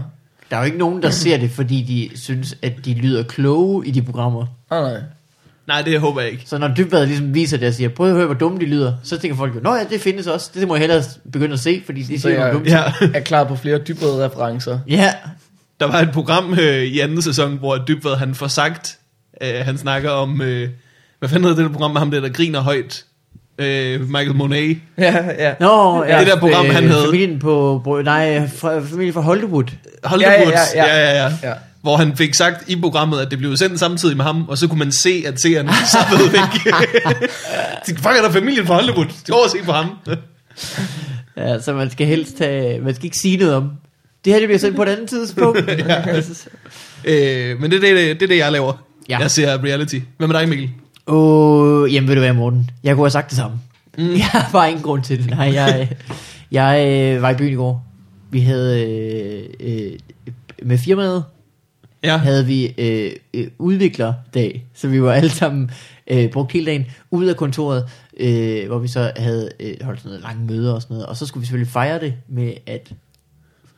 Speaker 2: Der er jo ikke nogen, der ser det, fordi de synes, at de lyder kloge i de programmer.
Speaker 3: nej, nej.
Speaker 1: Nej, det håber jeg ikke.
Speaker 2: Så når Dybvad ligesom viser det og siger, prøv at høre, hvor dumme de lyder, så tænker folk jo, nå ja, det findes også, det må jeg hellere begynde at se, fordi de
Speaker 3: Så
Speaker 2: siger, hvor
Speaker 3: jeg-
Speaker 2: dumme de
Speaker 1: Ja.
Speaker 3: er klar på flere dybrede referencer.
Speaker 2: Ja,
Speaker 1: Der var et program øh, i anden sæson, hvor Dybvad han får sagt, øh, han snakker om, øh, hvad fanden hedder det der program med ham der, der griner højt? Øh, Michael Monet.
Speaker 3: Ja, ja.
Speaker 2: Nå, ja,
Speaker 1: Det der program, han havde.
Speaker 2: Familien på, Bro- nej, fra, familien fra Hollywood.
Speaker 1: Hollywood.
Speaker 3: Ja, ja, ja, ja.
Speaker 1: ja, ja, ja.
Speaker 3: Ja.
Speaker 1: Hvor han fik sagt i programmet, at det blev sendt samtidig med ham, og så kunne man se, at seerne sappede væk. Så Fuck, er der familien fra Hollywood? Gå og se på ham.
Speaker 2: Ja, så man skal helst tage, man skal ikke sige noget om, det her det bliver sendt på et andet tidspunkt.
Speaker 1: øh, men det er det, det, er det, jeg laver.
Speaker 2: Ja.
Speaker 1: Ja. Jeg ser reality. Hvad med dig, Mikkel?
Speaker 2: Åh, oh, jamen ved du hvad, Morten? Jeg kunne have sagt det samme. Mm. Jeg har bare ingen grund til det. Nej, jeg, jeg øh, var i byen i går. Vi havde, øh, øh, med firmaet
Speaker 1: Ja.
Speaker 2: havde vi øh, øh, udviklerdag, så vi var alle sammen øh, brugt hele dagen ud af kontoret, øh, hvor vi så havde øh, holdt sådan noget lange møder og sådan noget. Og så skulle vi selvfølgelig fejre det med at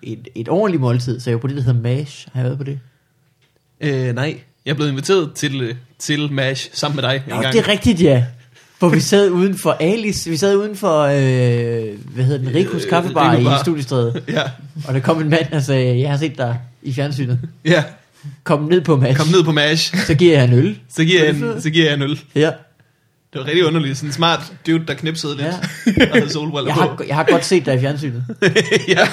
Speaker 2: et, et ordentligt måltid, så jeg var på det, der hedder MASH. Har jeg været på det?
Speaker 1: Øh, nej. Jeg er blevet inviteret til, øh, til MASH sammen med dig
Speaker 2: Nå,
Speaker 1: en gang.
Speaker 2: det er rigtigt, ja. Hvor vi sad uden for Alice, vi sad uden for, øh, hvad hedder den, Rikos
Speaker 1: Øh,
Speaker 2: kaffebar
Speaker 1: Rico
Speaker 2: i
Speaker 1: Bar.
Speaker 2: studiestrædet.
Speaker 1: Ja.
Speaker 2: Og der kom en mand og sagde, jeg har set dig i fjernsynet.
Speaker 1: ja.
Speaker 2: Kom ned på MASH.
Speaker 1: Kom ned på MASH.
Speaker 2: Så giver jeg en øl.
Speaker 1: Så giver, jeg en, så giver jeg en øl.
Speaker 2: Ja.
Speaker 1: Det var rigtig underligt. Sådan en smart dude, der knipsede lidt.
Speaker 2: Ja.
Speaker 1: Ja. Og havde solbriller
Speaker 2: Jeg
Speaker 1: på.
Speaker 2: har, jeg har godt set dig i fjernsynet.
Speaker 1: ja.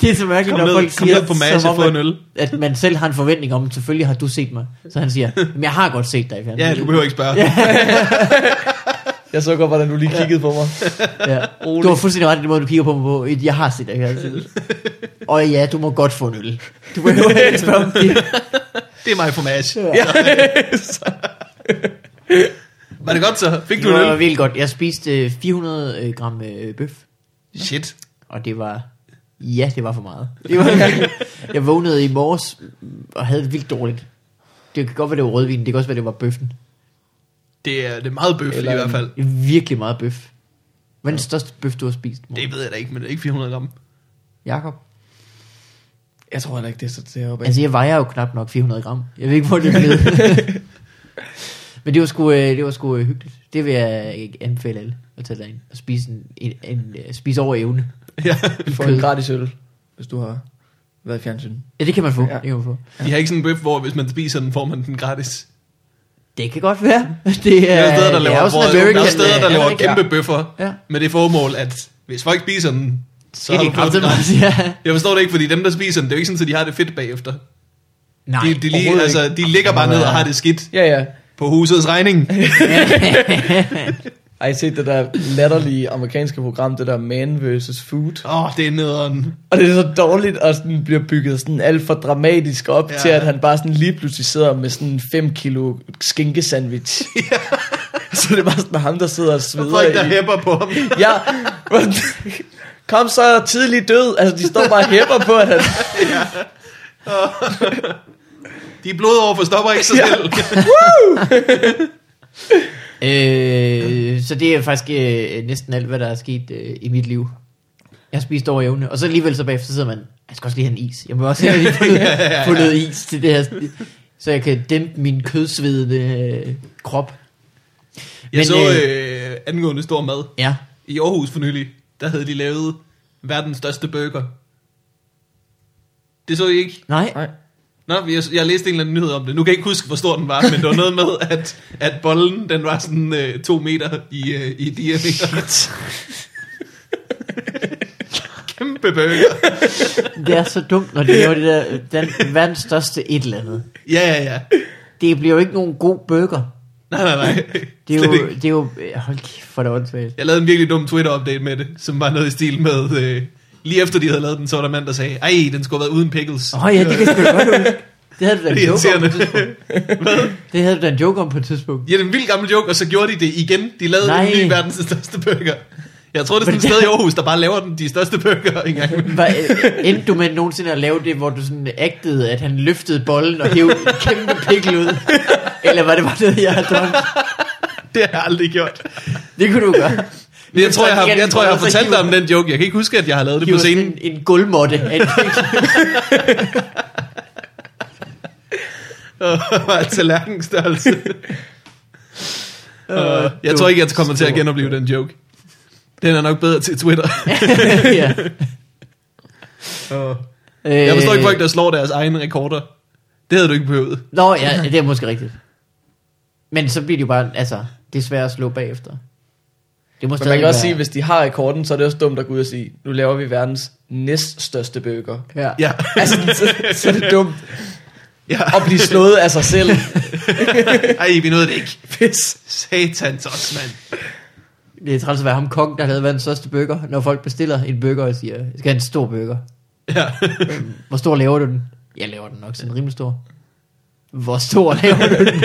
Speaker 2: Det er så
Speaker 1: Kom
Speaker 2: mærkeligt, når
Speaker 1: ned,
Speaker 2: folk
Speaker 1: kom
Speaker 2: siger,
Speaker 1: ned på MASH
Speaker 2: som
Speaker 1: og
Speaker 2: om,
Speaker 1: få en øl.
Speaker 2: at, at man selv har en forventning om, selvfølgelig har du set mig. Så han siger, men jeg har godt set dig i fjernsynet.
Speaker 1: Ja, du behøver ikke spørge.
Speaker 3: Jeg så godt, hvordan du lige kiggede på mig.
Speaker 2: Ja. Du har fuldstændig ret i den måde, du kigger på mig på. Et, Jeg har set dig i fjernsynet. Og ja, du må godt få en øl. Du behøver ikke spørge om det.
Speaker 1: Det er mig for MASH.
Speaker 2: Ja.
Speaker 1: Var det godt så? Fik du
Speaker 2: Det
Speaker 1: en
Speaker 2: var
Speaker 1: øl?
Speaker 2: virkelig godt. Jeg spiste øh, 400 øh, gram øh, bøf,
Speaker 1: Shit.
Speaker 2: og det var... Ja, det var for meget. Det var virkelig- jeg vågnede i morges og havde det vildt dårligt. Det kan godt være, det var rødvin. Det kan også være, det var bøffen.
Speaker 1: Det er, det er meget bøf
Speaker 3: Eller
Speaker 1: i hvert
Speaker 3: en-
Speaker 1: fald.
Speaker 2: Virkelig meget bøf. Hvad er den største bøf, du har spist, mor?
Speaker 1: Det ved jeg da ikke, men det er ikke 400 gram.
Speaker 2: Jakob?
Speaker 3: Jeg tror heller ikke, det er så deroppe.
Speaker 2: Altså, jeg vejer jo knap nok 400 gram. Jeg ved ikke, hvor det er blevet. Men det var sgu, øh, det var sgu øh, hyggeligt. Det vil jeg ikke anbefale alle at tage derind og spise, en, en, en, øh, spise over evne.
Speaker 1: Ja.
Speaker 3: Du får en gratis øl, hvis du har været i fjernsyn.
Speaker 2: Ja, det kan man få.
Speaker 3: Ja.
Speaker 2: Det kan man få.
Speaker 1: De har ikke sådan en bøf, hvor hvis man spiser den, får man den gratis.
Speaker 2: Det kan godt være. Det
Speaker 1: Der
Speaker 2: er,
Speaker 1: er steder, der
Speaker 2: det
Speaker 1: laver,
Speaker 2: er jo
Speaker 1: hvor,
Speaker 2: sådan
Speaker 1: der
Speaker 2: American,
Speaker 1: er steder, der
Speaker 2: øh,
Speaker 1: laver
Speaker 2: American-
Speaker 1: kæmpe bøffer
Speaker 2: Ja.
Speaker 1: med det formål, at hvis folk spiser den, så
Speaker 2: Det
Speaker 1: har
Speaker 2: er
Speaker 1: du
Speaker 2: ikke
Speaker 1: fået den
Speaker 2: kraftigt
Speaker 1: gratis.
Speaker 2: meget, ja.
Speaker 1: Jeg forstår det ikke, fordi dem, der spiser den, det er jo ikke sådan, at de har det fedt bagefter.
Speaker 2: Nej,
Speaker 1: de, de, lige,
Speaker 3: overhovedet
Speaker 2: øh,
Speaker 1: altså, de ligger bare ned og har det skidt.
Speaker 3: Ja, ja.
Speaker 1: På husets regning.
Speaker 3: Har I set det der latterlige amerikanske program, det der Man vs. Food?
Speaker 1: Åh, oh, det er nederen.
Speaker 3: Og det er så dårligt, og sådan bliver bygget sådan alt for dramatisk op
Speaker 1: Ja.
Speaker 3: ja. til, at han bare sådan lige pludselig sidder med sådan en 5 kilo skinkesandwich. Ja. så det er bare sådan ham, der sidder og sveder
Speaker 1: Folk, der
Speaker 3: i-
Speaker 1: hæpper på ham.
Speaker 3: Ja, men- kom så tidlig død. Altså, de står bare og hæpper på, at han...
Speaker 1: De blodår forstopper ikke sig
Speaker 3: Ja.
Speaker 1: selv.
Speaker 2: Øh, så det er faktisk øh, næsten alt, hvad der er sket øh, i mit liv. Jeg har spist over evne, og så alligevel så bagefter så sidder man, jeg skal også lige have en is. Jeg må også have lige få, få noget is til det her, så jeg kan dæmpe min kødsvedende øh, krop.
Speaker 1: Jeg Men, så øh, angående stor mad
Speaker 2: ja,
Speaker 1: i Aarhus for nylig. Der havde de lavet verdens største burger. Det så I ikke?
Speaker 2: nej,
Speaker 3: Nej.
Speaker 1: Nå, jeg, jeg læste en eller anden nyhed om det. Nu kan jeg ikke huske, hvor stor den var, men det var noget med, at, at bollen den var sådan øh, to meter i, øh, i diameter. Kæmpe burger.
Speaker 2: det er så dumt, når de laver det der, øh, den verdens største et eller andet.
Speaker 1: Ja, ja, ja.
Speaker 2: Det bliver jo ikke nogen god burger.
Speaker 1: Nej, nej, nej.
Speaker 2: Det er
Speaker 1: Slet
Speaker 2: jo,
Speaker 1: ikke.
Speaker 2: det er jo øh, hold kæft, for det åndssvagt.
Speaker 1: Jeg lavede en virkelig dum Twitter-update med det, som var noget i stil med... Øh, lige efter de havde lavet den, så var der en mand, der sagde, ej, den skulle have været uden pickles.
Speaker 2: Åh oh, ja, det kan jeg sgu da godt huske. Det havde du da en
Speaker 1: Det er
Speaker 2: joke om på
Speaker 1: irriterende.
Speaker 2: et tidspunkt. Det havde du da en joke om på et tidspunkt.
Speaker 1: Ja, det er en vild gammel joke, og så gjorde de det igen. De lavede Nej.
Speaker 2: Nej.
Speaker 1: en ny verdens største burger. Jeg tror, det er sådan
Speaker 2: Men
Speaker 1: et
Speaker 2: det-
Speaker 1: sted i Aarhus, der bare laver den, de største burger engang.
Speaker 2: Var, øh, endte du med nogensinde at lave det, hvor du sådan ægtede, at han løftede bolden og hævde en kæmpe pikkel ud? Eller var det bare noget, jeg havde drømt?
Speaker 1: Det har jeg aldrig gjort.
Speaker 2: Det kunne du gøre. Altså,
Speaker 1: Men jeg tror, jeg har,
Speaker 2: Igen,
Speaker 1: jeg, tror, jeg har
Speaker 2: så
Speaker 1: fortalt dig
Speaker 2: hiver-
Speaker 1: om den joke. Jeg kan ikke huske, at jeg har lavet det
Speaker 2: hiver
Speaker 1: på
Speaker 2: sådan
Speaker 1: scenen.
Speaker 2: En, en gulvmåtte af en pikkel.
Speaker 1: Og altså, tallerkenstørrelse. Og jeg
Speaker 2: du
Speaker 1: tror ikke, jeg kommer til at
Speaker 2: stor-
Speaker 1: genopleve den joke. Den er nok bedre til Twitter.
Speaker 2: ja. øh,
Speaker 1: Jeg forstår ikke folk, der slår deres egne rekorder. Det havde du ikke behøvet.
Speaker 2: Nå ja, det er måske rigtigt. Men så bliver det jo bare, altså, det er svært at slå bagefter. Det må
Speaker 3: Men man kan også sige, hvis de har rekorden, så er det også dumt at gå ud og sige, nu laver vi verdens næststørste burger.
Speaker 2: Ja.
Speaker 1: Ja,
Speaker 3: Altså, så, så er det dumt
Speaker 1: ja.
Speaker 3: at blive slået af sig selv.
Speaker 1: Ej, vi nåede det ikke.
Speaker 3: Pis.
Speaker 1: Satans også, mand.
Speaker 2: Det er træls at være ham kongen, der lavede verdens største burger, når folk bestiller en burger og siger, jeg skal have en stor burger.
Speaker 1: Ja.
Speaker 2: Hvor stor laver du den? Jeg laver den nok sådan rimelig stor. Hvor stor laver du den?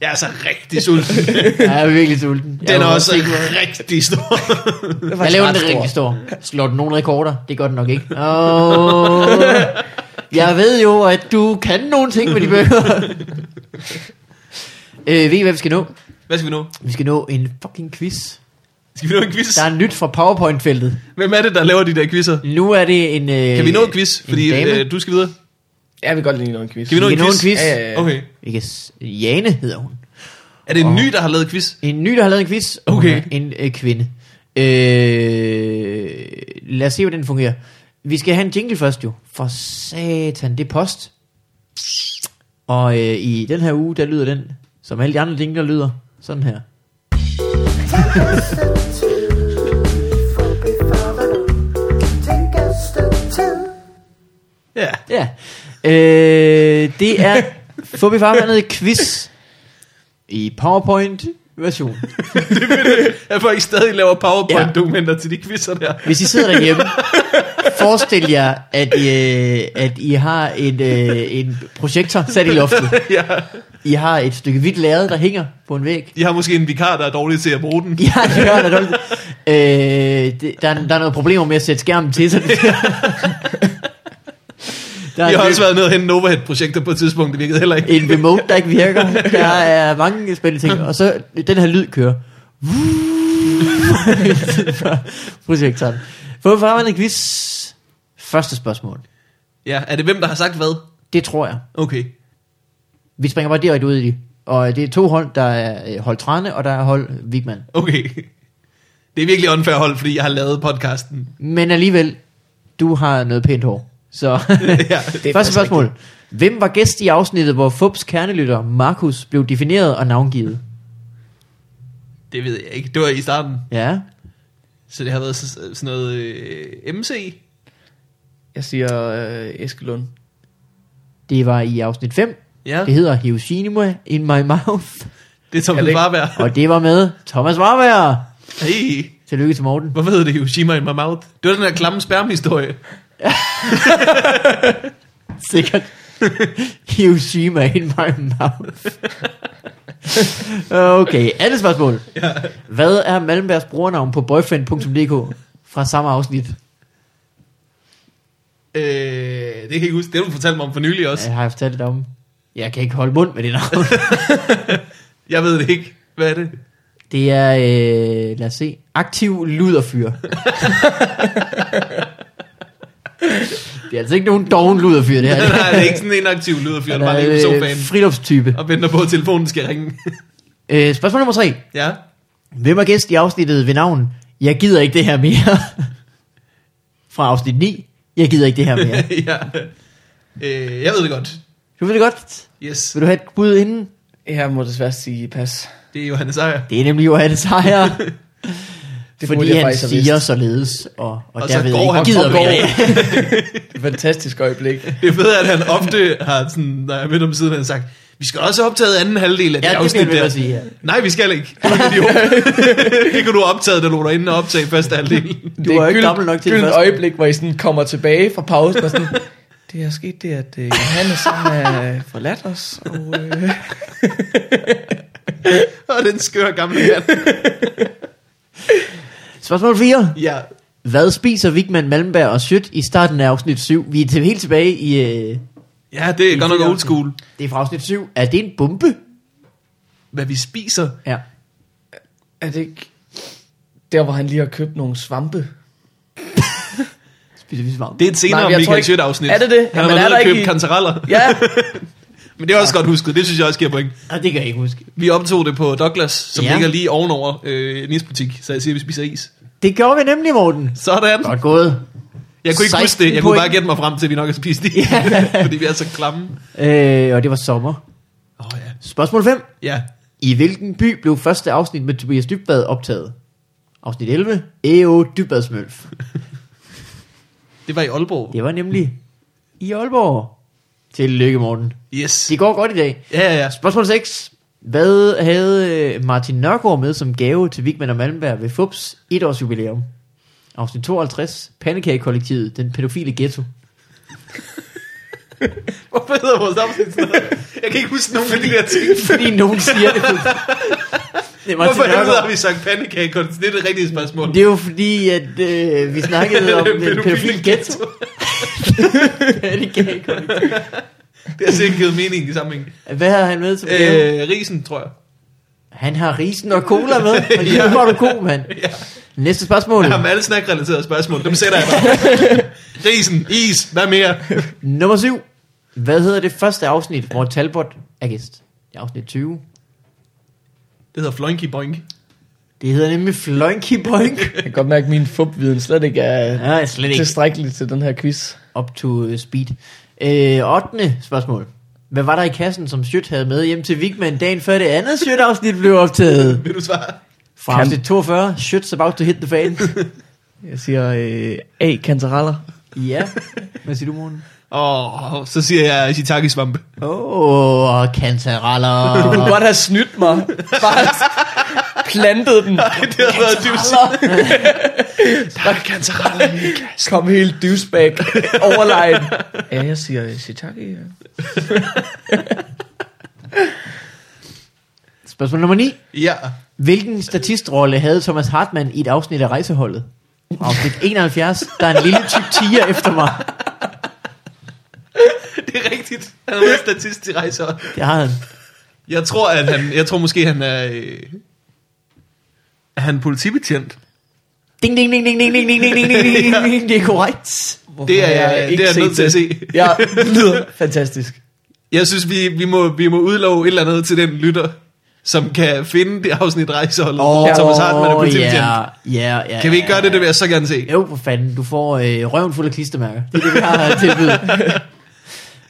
Speaker 1: Jeg er så rigtig sulten.
Speaker 2: Jeg er virkelig sulten. Jeg
Speaker 1: Den er
Speaker 2: var
Speaker 1: også
Speaker 2: sikker på-
Speaker 1: rigtig stor.
Speaker 3: Det
Speaker 2: Jeg laver den rigtig stor. Slår den nogle rekorder? Det gør den nok ikke. Oh, jeg ved jo, at du kan nogle ting med de bøger. øh, ved I, hvad vi skal nå?
Speaker 1: Hvad skal vi nå?
Speaker 2: Vi skal nå en fucking quiz.
Speaker 1: Skal vi nå en quiz?
Speaker 2: Der er nyt fra PowerPoint-feltet.
Speaker 1: Hvem er det, der laver de der quizzer?
Speaker 2: Nu er det en... Øh,
Speaker 1: Kan vi nå en quiz? Fordi
Speaker 2: dame.
Speaker 1: øh, du skal videre.
Speaker 3: Ja, vi kan godt lige nå en quiz.
Speaker 1: Kan vi nå
Speaker 2: Vi
Speaker 1: en
Speaker 2: kan nå
Speaker 1: quiz?
Speaker 2: en quiz.
Speaker 3: Ja, ja, ja.
Speaker 1: Okay.
Speaker 2: Yes. Jane hedder hun.
Speaker 1: Er det en ny, der har lavet quiz?
Speaker 2: En ny, der har lavet en quiz. og hun
Speaker 1: Okay.
Speaker 2: er En øh, kvinde. Øh, lad os se, hvordan den fungerer. Vi skal have en jingle først jo. For satan, det er post. Og øh, i den her uge, der lyder den, som alle de andre jingler lyder, sådan her.
Speaker 1: Ja.
Speaker 2: Ja. Øh, det er Fubi Farvandet quiz i PowerPoint version.
Speaker 1: At folk stadig laver PowerPoint-dokumenter til de quizzer der.
Speaker 2: Hvis I sidder derhjemme, forestil jer, at I, øh, at I har et, øh, en projektor sat i loftet.
Speaker 1: ja.
Speaker 2: I har et stykke hvidt lærred, der hænger på en væg.
Speaker 1: De har måske en vikar, der er dårlig til at bruge den.
Speaker 2: I har et hjørne, der, øh, det, der, er, der er noget problemer med at sætte skærmen til, så det Der
Speaker 1: Jeg har
Speaker 2: er
Speaker 1: også været nede og hente en overhead-projekter på et tidspunkt. Det virkede heller ikke.
Speaker 2: en, en remote, der ikke virker. Der er mange spændende ting. Og så den her lyd kører. Fra Projektoren. Få frem en quiz. Første spørgsmål.
Speaker 1: Ja, er det hvem, der har sagt hvad?
Speaker 2: Det tror jeg.
Speaker 1: Okay.
Speaker 2: Vi springer bare direkte ud i det. Og det er to hold, der er øh, hold Trane, og der er hold Vigman.
Speaker 1: Okay. Det er virkelig unfair hold, fordi jeg har lavet podcasten.
Speaker 2: Men alligevel, du har noget pænt hår. Så
Speaker 1: ja.
Speaker 3: Det er
Speaker 2: første
Speaker 3: faktisk
Speaker 2: spørgsmål. Hvem var gæst i afsnittet, hvor Fubs kernelytter Markus blev defineret og navngivet?
Speaker 1: Det ved jeg ikke. Det var i starten.
Speaker 2: Ja,
Speaker 1: Så det har været så- sådan noget øh, MC.
Speaker 3: Jeg siger øh, Eske Lund.
Speaker 2: det var i afsnit 5.
Speaker 1: Ja.
Speaker 2: Det hedder Hiroshima in my mouth.
Speaker 1: Det er Thomas
Speaker 3: det ikke-
Speaker 1: Warberg.
Speaker 2: Og det var med Thomas Warberg.
Speaker 1: Hey,
Speaker 2: Tillykke til Morten.
Speaker 1: hvorfor hedder det Hiroshima in my mouth? Det var den der klamme spermhistorie.
Speaker 2: Sikkert. Hiroshima in my mouth. okay, andet spørgsmål. Ja. Hvad er Malmbergs brugernavn på boyfriend.dk fra samme afsnit?
Speaker 1: Øh, det kan jeg ikke huske. Det har du fortalt mig om for nylig også.
Speaker 2: Jeg har jeg fortalt dig om. Jeg kan ikke holde mund med det navn.
Speaker 1: Jeg ved det ikke. Hvad er det?
Speaker 2: Det er, øh, lad os se, aktiv luderfyr. det er altså ikke nogen doven luderfyr, det her. øh,
Speaker 1: Nej, det er ikke sådan en aktiv lyderfyr, der bare ligger på sofaen
Speaker 2: friluftstype.
Speaker 1: og venter på, at telefonen skal ringe.
Speaker 2: Øh, spørgsmål nummer tre.
Speaker 1: ja.
Speaker 2: Hvem er gæst i afsnittet ved navn? Jeg gider ikke det her mere. Fra afsnit 9. Jeg gider ikke det her mere.
Speaker 1: ja. Øh, jeg ved det godt.
Speaker 2: Du ved det godt.
Speaker 1: Yes.
Speaker 2: Vil du have et bud inden?
Speaker 3: Jeg må desværre sige pas.
Speaker 1: Det er Johannes Ejer.
Speaker 2: Det er nemlig Johannes Hejer.
Speaker 3: Det burde
Speaker 2: fordi
Speaker 3: jeg
Speaker 2: han
Speaker 3: faktisk have
Speaker 2: siger
Speaker 3: vidst.
Speaker 2: således, og, og,
Speaker 1: Og
Speaker 2: og
Speaker 1: så
Speaker 2: derved
Speaker 1: går
Speaker 2: ikke
Speaker 1: han-
Speaker 2: gider
Speaker 1: og går.
Speaker 2: mere.
Speaker 3: Et fantastisk øjeblik.
Speaker 1: Det er fedt, at han ofte har sådan, når jeg er med om siden, han har sagt, vi skal også have optaget anden halvdel af det
Speaker 2: Ja, det
Speaker 1: afsnit
Speaker 2: bliver jeg ved med
Speaker 1: der.
Speaker 2: at sige, ja.
Speaker 1: Nej, vi skal ikke. Du er en idiot. det kunne du have optaget, da du var derinde og optage første halvdel.
Speaker 2: Du
Speaker 3: Det
Speaker 2: var
Speaker 3: er
Speaker 2: jo ikke
Speaker 3: gyld-
Speaker 2: gammel nok til det
Speaker 3: gyldent
Speaker 2: første.
Speaker 3: øjeblik, hvor I sådan kommer tilbage fra pausen og sådan, det er sket det, at øh, Johannes han er forladt os, og øh,
Speaker 1: og den skøre gamle mand.
Speaker 2: Spørgsmål 4.
Speaker 1: Ja.
Speaker 2: Hvad spiser Vigman Malmberg og Schødt i starten af afsnit 7? Vi er til, helt tilbage i... Øh,
Speaker 1: ja, det er godt nok old school.
Speaker 2: det er fra afsnit 7. Er det en bombe?
Speaker 1: Hvad vi spiser.
Speaker 2: Ja.
Speaker 3: er det ikke der, hvor han lige har købt nogle svampe?
Speaker 2: Spiser vi svamp?
Speaker 1: Det er et senere
Speaker 3: Nej, men
Speaker 1: Nej,
Speaker 3: jeg tror
Speaker 1: Michael
Speaker 3: ikke-
Speaker 1: Schødt afsnit.
Speaker 3: Er det det?
Speaker 1: Han har
Speaker 3: Jamen,
Speaker 1: været
Speaker 3: er
Speaker 1: nede
Speaker 3: der
Speaker 1: og
Speaker 3: ikke
Speaker 1: købe
Speaker 3: i-
Speaker 1: kantareller.
Speaker 3: Ja,
Speaker 1: Men det er også godt husket. Det synes jeg også giver point.
Speaker 2: Ah, det kan jeg ikke huske.
Speaker 1: Vi optog det på Douglas, som ja.
Speaker 2: Ja.
Speaker 1: ligger lige ovenover øh, en isbutik, så jeg siger, at vi spiser is.
Speaker 2: Det gjorde vi nemlig, Morten.
Speaker 1: Sådan.
Speaker 2: Godt gået.
Speaker 1: Jeg kunne ikke huske det. Jeg
Speaker 2: 16
Speaker 1: kunne
Speaker 2: point.
Speaker 1: bare gætte mig frem til, at vi nok har spist is. fordi vi er så klamme.
Speaker 2: Øh, og det var sommer.
Speaker 1: Åh oh, ja.
Speaker 2: Spørgsmål 5.
Speaker 1: Ja.
Speaker 2: I hvilken by blev første afsnit med Tobias Dybvad optaget? Afsnit 11. E.O. Dybvadsmølf.
Speaker 1: Det var i Aalborg.
Speaker 2: Det var nemlig i Aalborg. Tillykke, Morten.
Speaker 1: Yes.
Speaker 2: Det går godt i dag.
Speaker 1: Ja, ja, ja.
Speaker 2: Spørgsmål 6. Hvad havde øh, Martin Nørgaard med som gave til Vigman og Malmberg ved FUPS etårsjubilæum? Afsnit 52. Pandekagekollektivet. Den pædofile ghetto.
Speaker 1: Hvorfor hedder vores afsnit sådan noget? Jeg kan ikke huske nogen af de der ting.
Speaker 2: Fordi nogen siger det. det er Martin
Speaker 1: Hvorfor helvede har
Speaker 2: Nørgaard.
Speaker 1: vi sagt pandekagekort? Det er det rigtige spørgsmål.
Speaker 2: Det er jo fordi, at øh, vi snakkede om den pædofile ghetto. Pandekagekollektivet.
Speaker 1: Det har sikkert givet mening i sammenhæng.
Speaker 2: Hvad har han med som gave?
Speaker 1: Øh, risen, tror jeg.
Speaker 2: Han har risen og cola med. Og lige var du god, mand.
Speaker 1: Ja.
Speaker 2: Næste spørgsmål.
Speaker 1: Jeg har med alle snakrelaterede spørgsmål. Dem sætter jeg bare. Risen, is, hvad mere?
Speaker 2: Nummer 7. Hvad hedder det første afsnit, hvor Talbot er gæst? Det er afsnit 20.
Speaker 1: Det hedder Flunky Boink.
Speaker 2: Det hedder nemlig Flunky Boink.
Speaker 3: jeg kan godt mærke, at min fup-viden slet ikke er
Speaker 2: Nej, slet ikke.
Speaker 3: tilstrækkelig til den her quiz.
Speaker 2: Up to øh, speed. Øh, 8. spørgsmål. Hvad var der i kassen, som Schødt havde med hjem til Vigman dagen før det andet Schødt-afsnit blev optaget?
Speaker 1: Vil du svare?
Speaker 2: Fra
Speaker 3: Kan-
Speaker 2: afsnit 42, Schødt's about to hit the fan.
Speaker 3: Jeg siger øh, A, kantareller.
Speaker 2: ja, hvad siger du, Morten?
Speaker 1: Åh, oh, så siger jeg shiitake-svampe.
Speaker 2: Åh, oh,
Speaker 3: Du kunne
Speaker 2: kantareller.
Speaker 3: godt have snydt mig. Bare plantet den.
Speaker 1: Det har været dybt. Der er kantareller i.
Speaker 3: Kom helt douchebag. Overlegen. Ja, jeg siger øh, shiitake. ja.
Speaker 2: Spørgsmål nummer 9.
Speaker 1: Ja.
Speaker 2: Hvilken statistrolle havde Thomas Hartmann i et afsnit af Rejseholdet? Afsnit 71, der er en lille tyk tiger efter mig.
Speaker 1: Det er rigtigt. Han er med statist i rejser.
Speaker 2: Det har han.
Speaker 1: Jeg tror, at han, jeg tror måske, han er... Øh, er han politibetjent?
Speaker 2: Ding, ding, ding, ding, ding, ding, ding, ding, ding, ding, ding, ding, ding. Det er korrekt.
Speaker 3: Hvorfor
Speaker 1: Det er
Speaker 3: har
Speaker 1: jeg- det er jeg
Speaker 3: set
Speaker 1: nødt til at se.
Speaker 3: Ja, det lyder fantastisk.
Speaker 1: Jeg synes, vi, vi, må, vi må udlove et eller andet til den lytter, som kan finde det afsnit rejseholdet. Oh, Thomas Hartmann er politibetjent. Yeah.
Speaker 2: Ja, ja, ja.
Speaker 1: Kan vi ikke gøre det, det vil jeg så gerne se.
Speaker 2: Jo, for fanden. Du får øh, røven fuld af klistermærker. Det er det, vi har at tilbyde.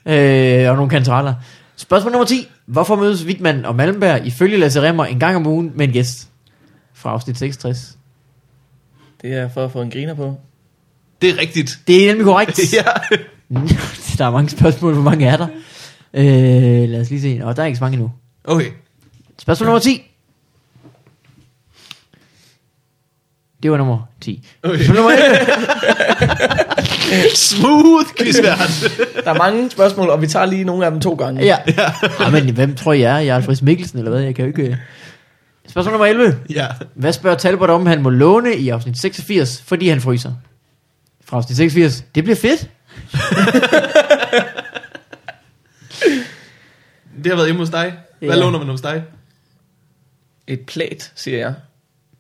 Speaker 2: øh, og nogle kantareller. Spørgsmål nummer 10. Hvorfor mødes Wittmann og Malmberg ifølge Lasse Remmer en gang om ugen med en gæst? Fra afsnit 66.
Speaker 3: Det er for at få en griner på.
Speaker 1: Det er rigtigt.
Speaker 2: Det er nemlig korrekt.
Speaker 1: Ja.
Speaker 2: Mm. der er mange spørgsmål. Hvor mange er der? Øh, lad os lige se. Og der er ikke så mange nu.
Speaker 1: Okay.
Speaker 2: Spørgsmål nummer 10. Det var nummer 10.
Speaker 1: Okay.
Speaker 2: Spørgsmål nummer 11.
Speaker 1: Smooth quizvært.
Speaker 3: Der er mange spørgsmål, og vi tager lige nogle af dem to gange.
Speaker 2: Ja. ja. Ej, men hvem tror jeg er? Jeg er Alfred Mikkelsen, eller hvad? Jeg kan jo ikke... øh. Spørgsmål nummer 11.
Speaker 1: ja.
Speaker 2: Hvad spørger Talbot om, han må låne i afsnit 86, fordi han fryser? Fra afsnit 86. Det bliver fedt.
Speaker 1: Det har været hjemme hos dig. Hvad
Speaker 2: Ja.
Speaker 1: låner man hos dig?
Speaker 3: Et plæt, siger jeg.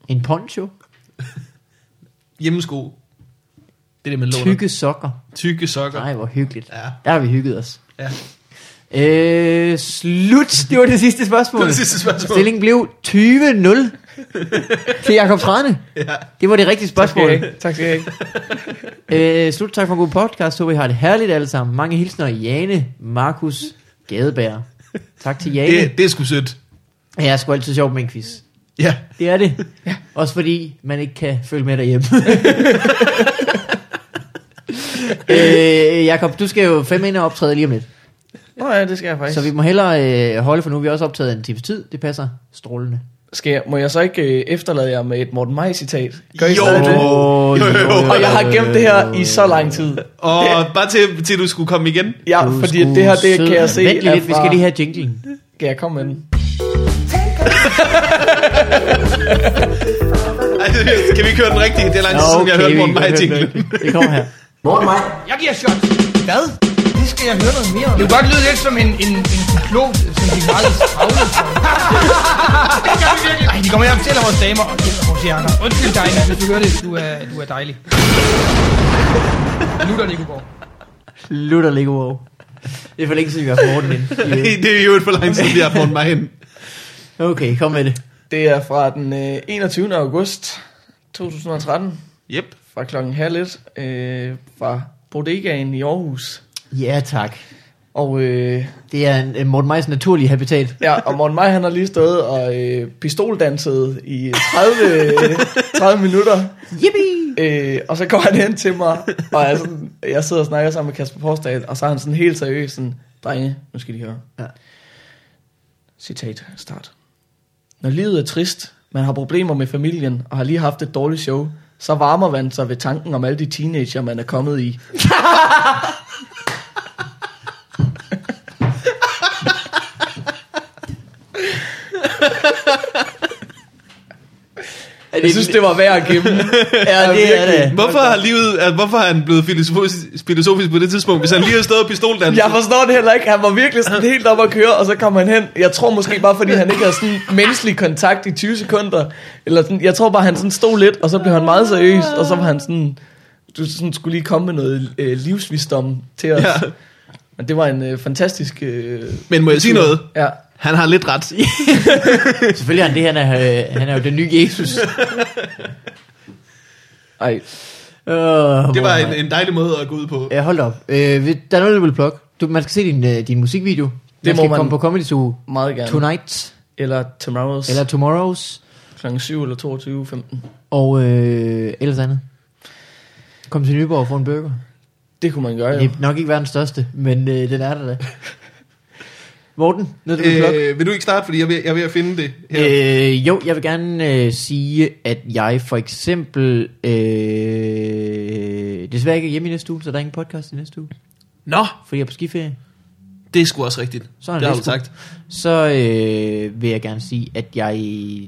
Speaker 2: En poncho.
Speaker 1: Hjemmesko. Det er det, man låner.
Speaker 2: Tykke sokker.
Speaker 1: Tykke sokker.
Speaker 2: Nej, hvor hyggeligt.
Speaker 1: Ja.
Speaker 2: Der har vi hygget os.
Speaker 1: Ja.
Speaker 2: Øh, slut. Det var det sidste spørgsmål.
Speaker 1: Det var det sidste spørgsmål.
Speaker 2: Stillingen blev 20-0 til Jakob Trane.
Speaker 1: Ja.
Speaker 2: Det var det rigtige spørgsmål.
Speaker 3: Tak skal I have. Tak skal I have.
Speaker 2: Øh, slut. Tak for en god podcast. Så vi har det herligt alle sammen. Mange hilsner. Jane, Markus, Gadebær. Tak til Jane.
Speaker 1: Det, det er sgu sødt.
Speaker 2: Ja, jeg er sgu altid sjovt med en quiz.
Speaker 1: Ja.
Speaker 2: Det er det. Ja. Også fordi man ikke kan følge med derhjemme. øh, Jakob, du skal jo fem ind og optræde lige om lidt.
Speaker 3: Nå ja, det skal jeg faktisk.
Speaker 2: Så vi må hellere øh, holde, for nu er vi også optaget en times tid. Det passer strålende.
Speaker 3: Skal jeg, må jeg så ikke øh, efterlade jer med et Morten Maj-citat? Gør I
Speaker 1: Jo.
Speaker 3: stadig det?
Speaker 1: Jo, jo, jo.
Speaker 3: Og jeg har gemt det her i så lang tid.
Speaker 1: Og bare til, til du skulle komme igen.
Speaker 3: Ja,
Speaker 2: Du er
Speaker 3: fordi
Speaker 2: sgu
Speaker 3: det her, det
Speaker 2: sød,
Speaker 3: kan jeg
Speaker 2: mand.
Speaker 3: se
Speaker 2: Vent lige
Speaker 3: er
Speaker 2: lidt, vi
Speaker 3: fra-
Speaker 2: skal lige have jinglen.
Speaker 3: Kan jeg komme med den?
Speaker 4: Take us
Speaker 1: Ej, kan vi køre den rigtige? Det er lang tid siden, jeg har hørt
Speaker 2: vi
Speaker 1: Morten
Speaker 2: kan
Speaker 1: Maj
Speaker 2: høre
Speaker 1: jinglen.
Speaker 2: det. Det kommer her.
Speaker 6: Morten Maj,
Speaker 7: Jeg giver shot.
Speaker 6: hvad? Det skal jeg høre noget mere om.
Speaker 7: Det kunne godt lyde lidt som en, en, en klog, som de er meget travle for. Det gør vi virkelig. Ej, de kommer hjem til vores damer og gælder vores hjerner. Undskyld dig, hvis du hører det. Du er, du er dejlig. Lutter Nicoborg.
Speaker 2: Lutter Lego wow. Det er for længe siden, vi har haft Morten ind.
Speaker 1: Det er jo et for lang tid, vi har Morten Maj ind.
Speaker 2: Okay, kom med det.
Speaker 3: Det er fra den øh, 21. august 2013,
Speaker 1: Yep.
Speaker 3: fra klokken halv et, øh, fra Bodegaen i Aarhus.
Speaker 2: Ja, tak.
Speaker 3: Og, øh,
Speaker 2: Det er en, en Morten Majs naturlige habitat.
Speaker 3: ja, og Morten Maj, han har lige stået og øh, pistoldanset i 30, øh, 30 minutter.
Speaker 2: Yippie!
Speaker 3: Øh, og så går han hen til mig, og jeg, er sådan, jeg sidder og snakker sammen med Kasper Forsdal, og så er han sådan helt seriøs, sådan, drenge, nu skal de høre.
Speaker 2: Ja.
Speaker 3: Citat, start. Når livet er trist, man har problemer med familien, og har lige haft et dårligt show, så varmer man sig ved tanken om alle de teenager, man er kommet i.
Speaker 2: Er det,
Speaker 3: Jeg synes, det var værd at gemme.
Speaker 2: ja, det er det.
Speaker 1: Hvorfor har livet, altså, hvorfor er han blevet filosofisk, filosofisk på det tidspunkt, hvis han lige har stået og pistoldanset?
Speaker 3: Jeg forstår det heller ikke. Han var virkelig sådan helt op at køre, og så kom han hen. Jeg tror måske bare, fordi han ikke havde sådan menneskelig kontakt i 20 sekunder. Eller sådan, jeg tror bare, han sådan stod lidt, og så blev han meget seriøs, og så var han sådan... Du sådan skulle lige komme med noget øh, livsvisdom til os.
Speaker 1: Ja.
Speaker 3: Ja. Men det var en øh, fantastisk... Øh,
Speaker 1: Men må jeg sige noget?
Speaker 3: ja.
Speaker 1: Han har lidt ret.
Speaker 2: Selvfølgelig er han det, han er, øh, han er jo den nye Jesus.
Speaker 3: Ej,
Speaker 2: Uh,
Speaker 1: Det var en, en dejlig måde at gå ud på.
Speaker 2: Ja, hold da op. Øh, ved- der er noget, du vil plukke. Du, man skal se din, øh, din musikvideo. Man
Speaker 3: Det må
Speaker 2: skal
Speaker 3: man.
Speaker 2: komme på Comedy Zoo
Speaker 3: meget gerne.
Speaker 2: Tonight,
Speaker 3: Eller Tomorrow's.
Speaker 2: eller
Speaker 3: Eller
Speaker 2: Tomorrows,
Speaker 3: klokken 7 eller 22.15.
Speaker 2: og øh, ellers andet. Kom til Nyborg og få en burger.
Speaker 3: Det kunne man gøre,
Speaker 2: Ja.
Speaker 3: jo.
Speaker 2: Det er nok ikke verdens største, men øh, den er der da. Morten, noget, du vil plukke?
Speaker 1: Øh, vil du ikke starte, fordi jeg vil, jeg vil finde det her.
Speaker 2: Øh, jo, jeg vil gerne øh, sige, at jeg for eksempel... Øh, desværre ikke er hjemme i næste uge, så der er ingen podcast i næste uge,
Speaker 1: Nå,
Speaker 2: fordi jeg er på skiferie.
Speaker 1: det er sgu også rigtigt.
Speaker 2: Sådan
Speaker 1: det
Speaker 2: er
Speaker 1: har
Speaker 2: det
Speaker 1: du
Speaker 2: sgu.
Speaker 1: sagt.
Speaker 2: Så øh, vil jeg gerne sige, at jeg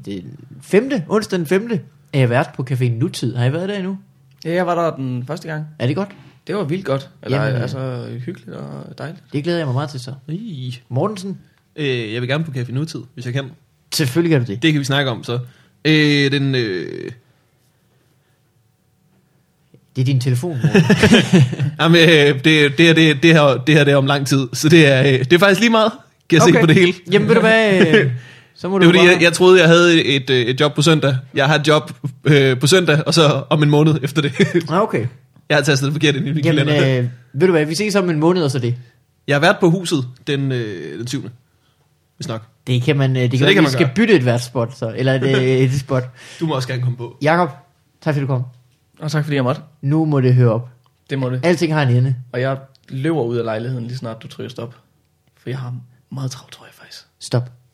Speaker 2: den 5. onsdag den 5. er jeg vært på Café Nutid. Har I været der endnu?
Speaker 3: Ja, jeg var der den første gang.
Speaker 2: Er det godt?
Speaker 3: Det var vildt godt. Eller
Speaker 2: Jamen,
Speaker 3: Jamen,
Speaker 2: øh.
Speaker 3: altså hyggeligt og dejligt.
Speaker 2: Det glæder jeg mig meget til så.
Speaker 1: Ej.
Speaker 2: Mortensen,
Speaker 1: Øh, jeg vil gerne på Café Nutid, hvis jeg kan.
Speaker 2: selvfølgelig gør du det.
Speaker 1: Det kan vi snakke om så. Øh, den, øh,
Speaker 2: Det er din telefon, Morten.
Speaker 1: jamen, øh, det, det, her, det, det, her, det her det er om lang tid, så det er, øh, det er faktisk lige meget. Kan jeg okay. se på det hele?
Speaker 2: Jamen ved du hvad, øh, så må
Speaker 1: Det
Speaker 2: du
Speaker 1: er fordi,
Speaker 2: bare...
Speaker 1: jeg, jeg troede, jeg havde et, øh, et job på søndag. Jeg har et job øh, på søndag, og så om en måned efter det.
Speaker 2: Ah, okay.
Speaker 1: jeg har tastet det forkert ind i min
Speaker 2: Jamen,
Speaker 1: kalender.
Speaker 2: øh, ved du hvad, vi ses om en måned og så det.
Speaker 1: Jeg har været på huset den, øh, den 7. Hvis nok.
Speaker 2: Det kan man, øh, det kan,
Speaker 1: det
Speaker 2: det
Speaker 1: kan
Speaker 2: kan
Speaker 1: man
Speaker 2: vi skal
Speaker 1: gøre.
Speaker 2: bytte et værtspot, så, eller et, øh, et spot.
Speaker 1: Du må også gerne komme på.
Speaker 2: Jakob, tak fordi du kom.
Speaker 3: Og tak fordi jeg måtte.
Speaker 2: Nu må det høre op.
Speaker 3: Det må det.
Speaker 2: Alting har en ende.
Speaker 3: Og jeg løber ud af lejligheden lige snart du trykker stop. For jeg har meget travlt, tror jeg faktisk.
Speaker 2: Stop.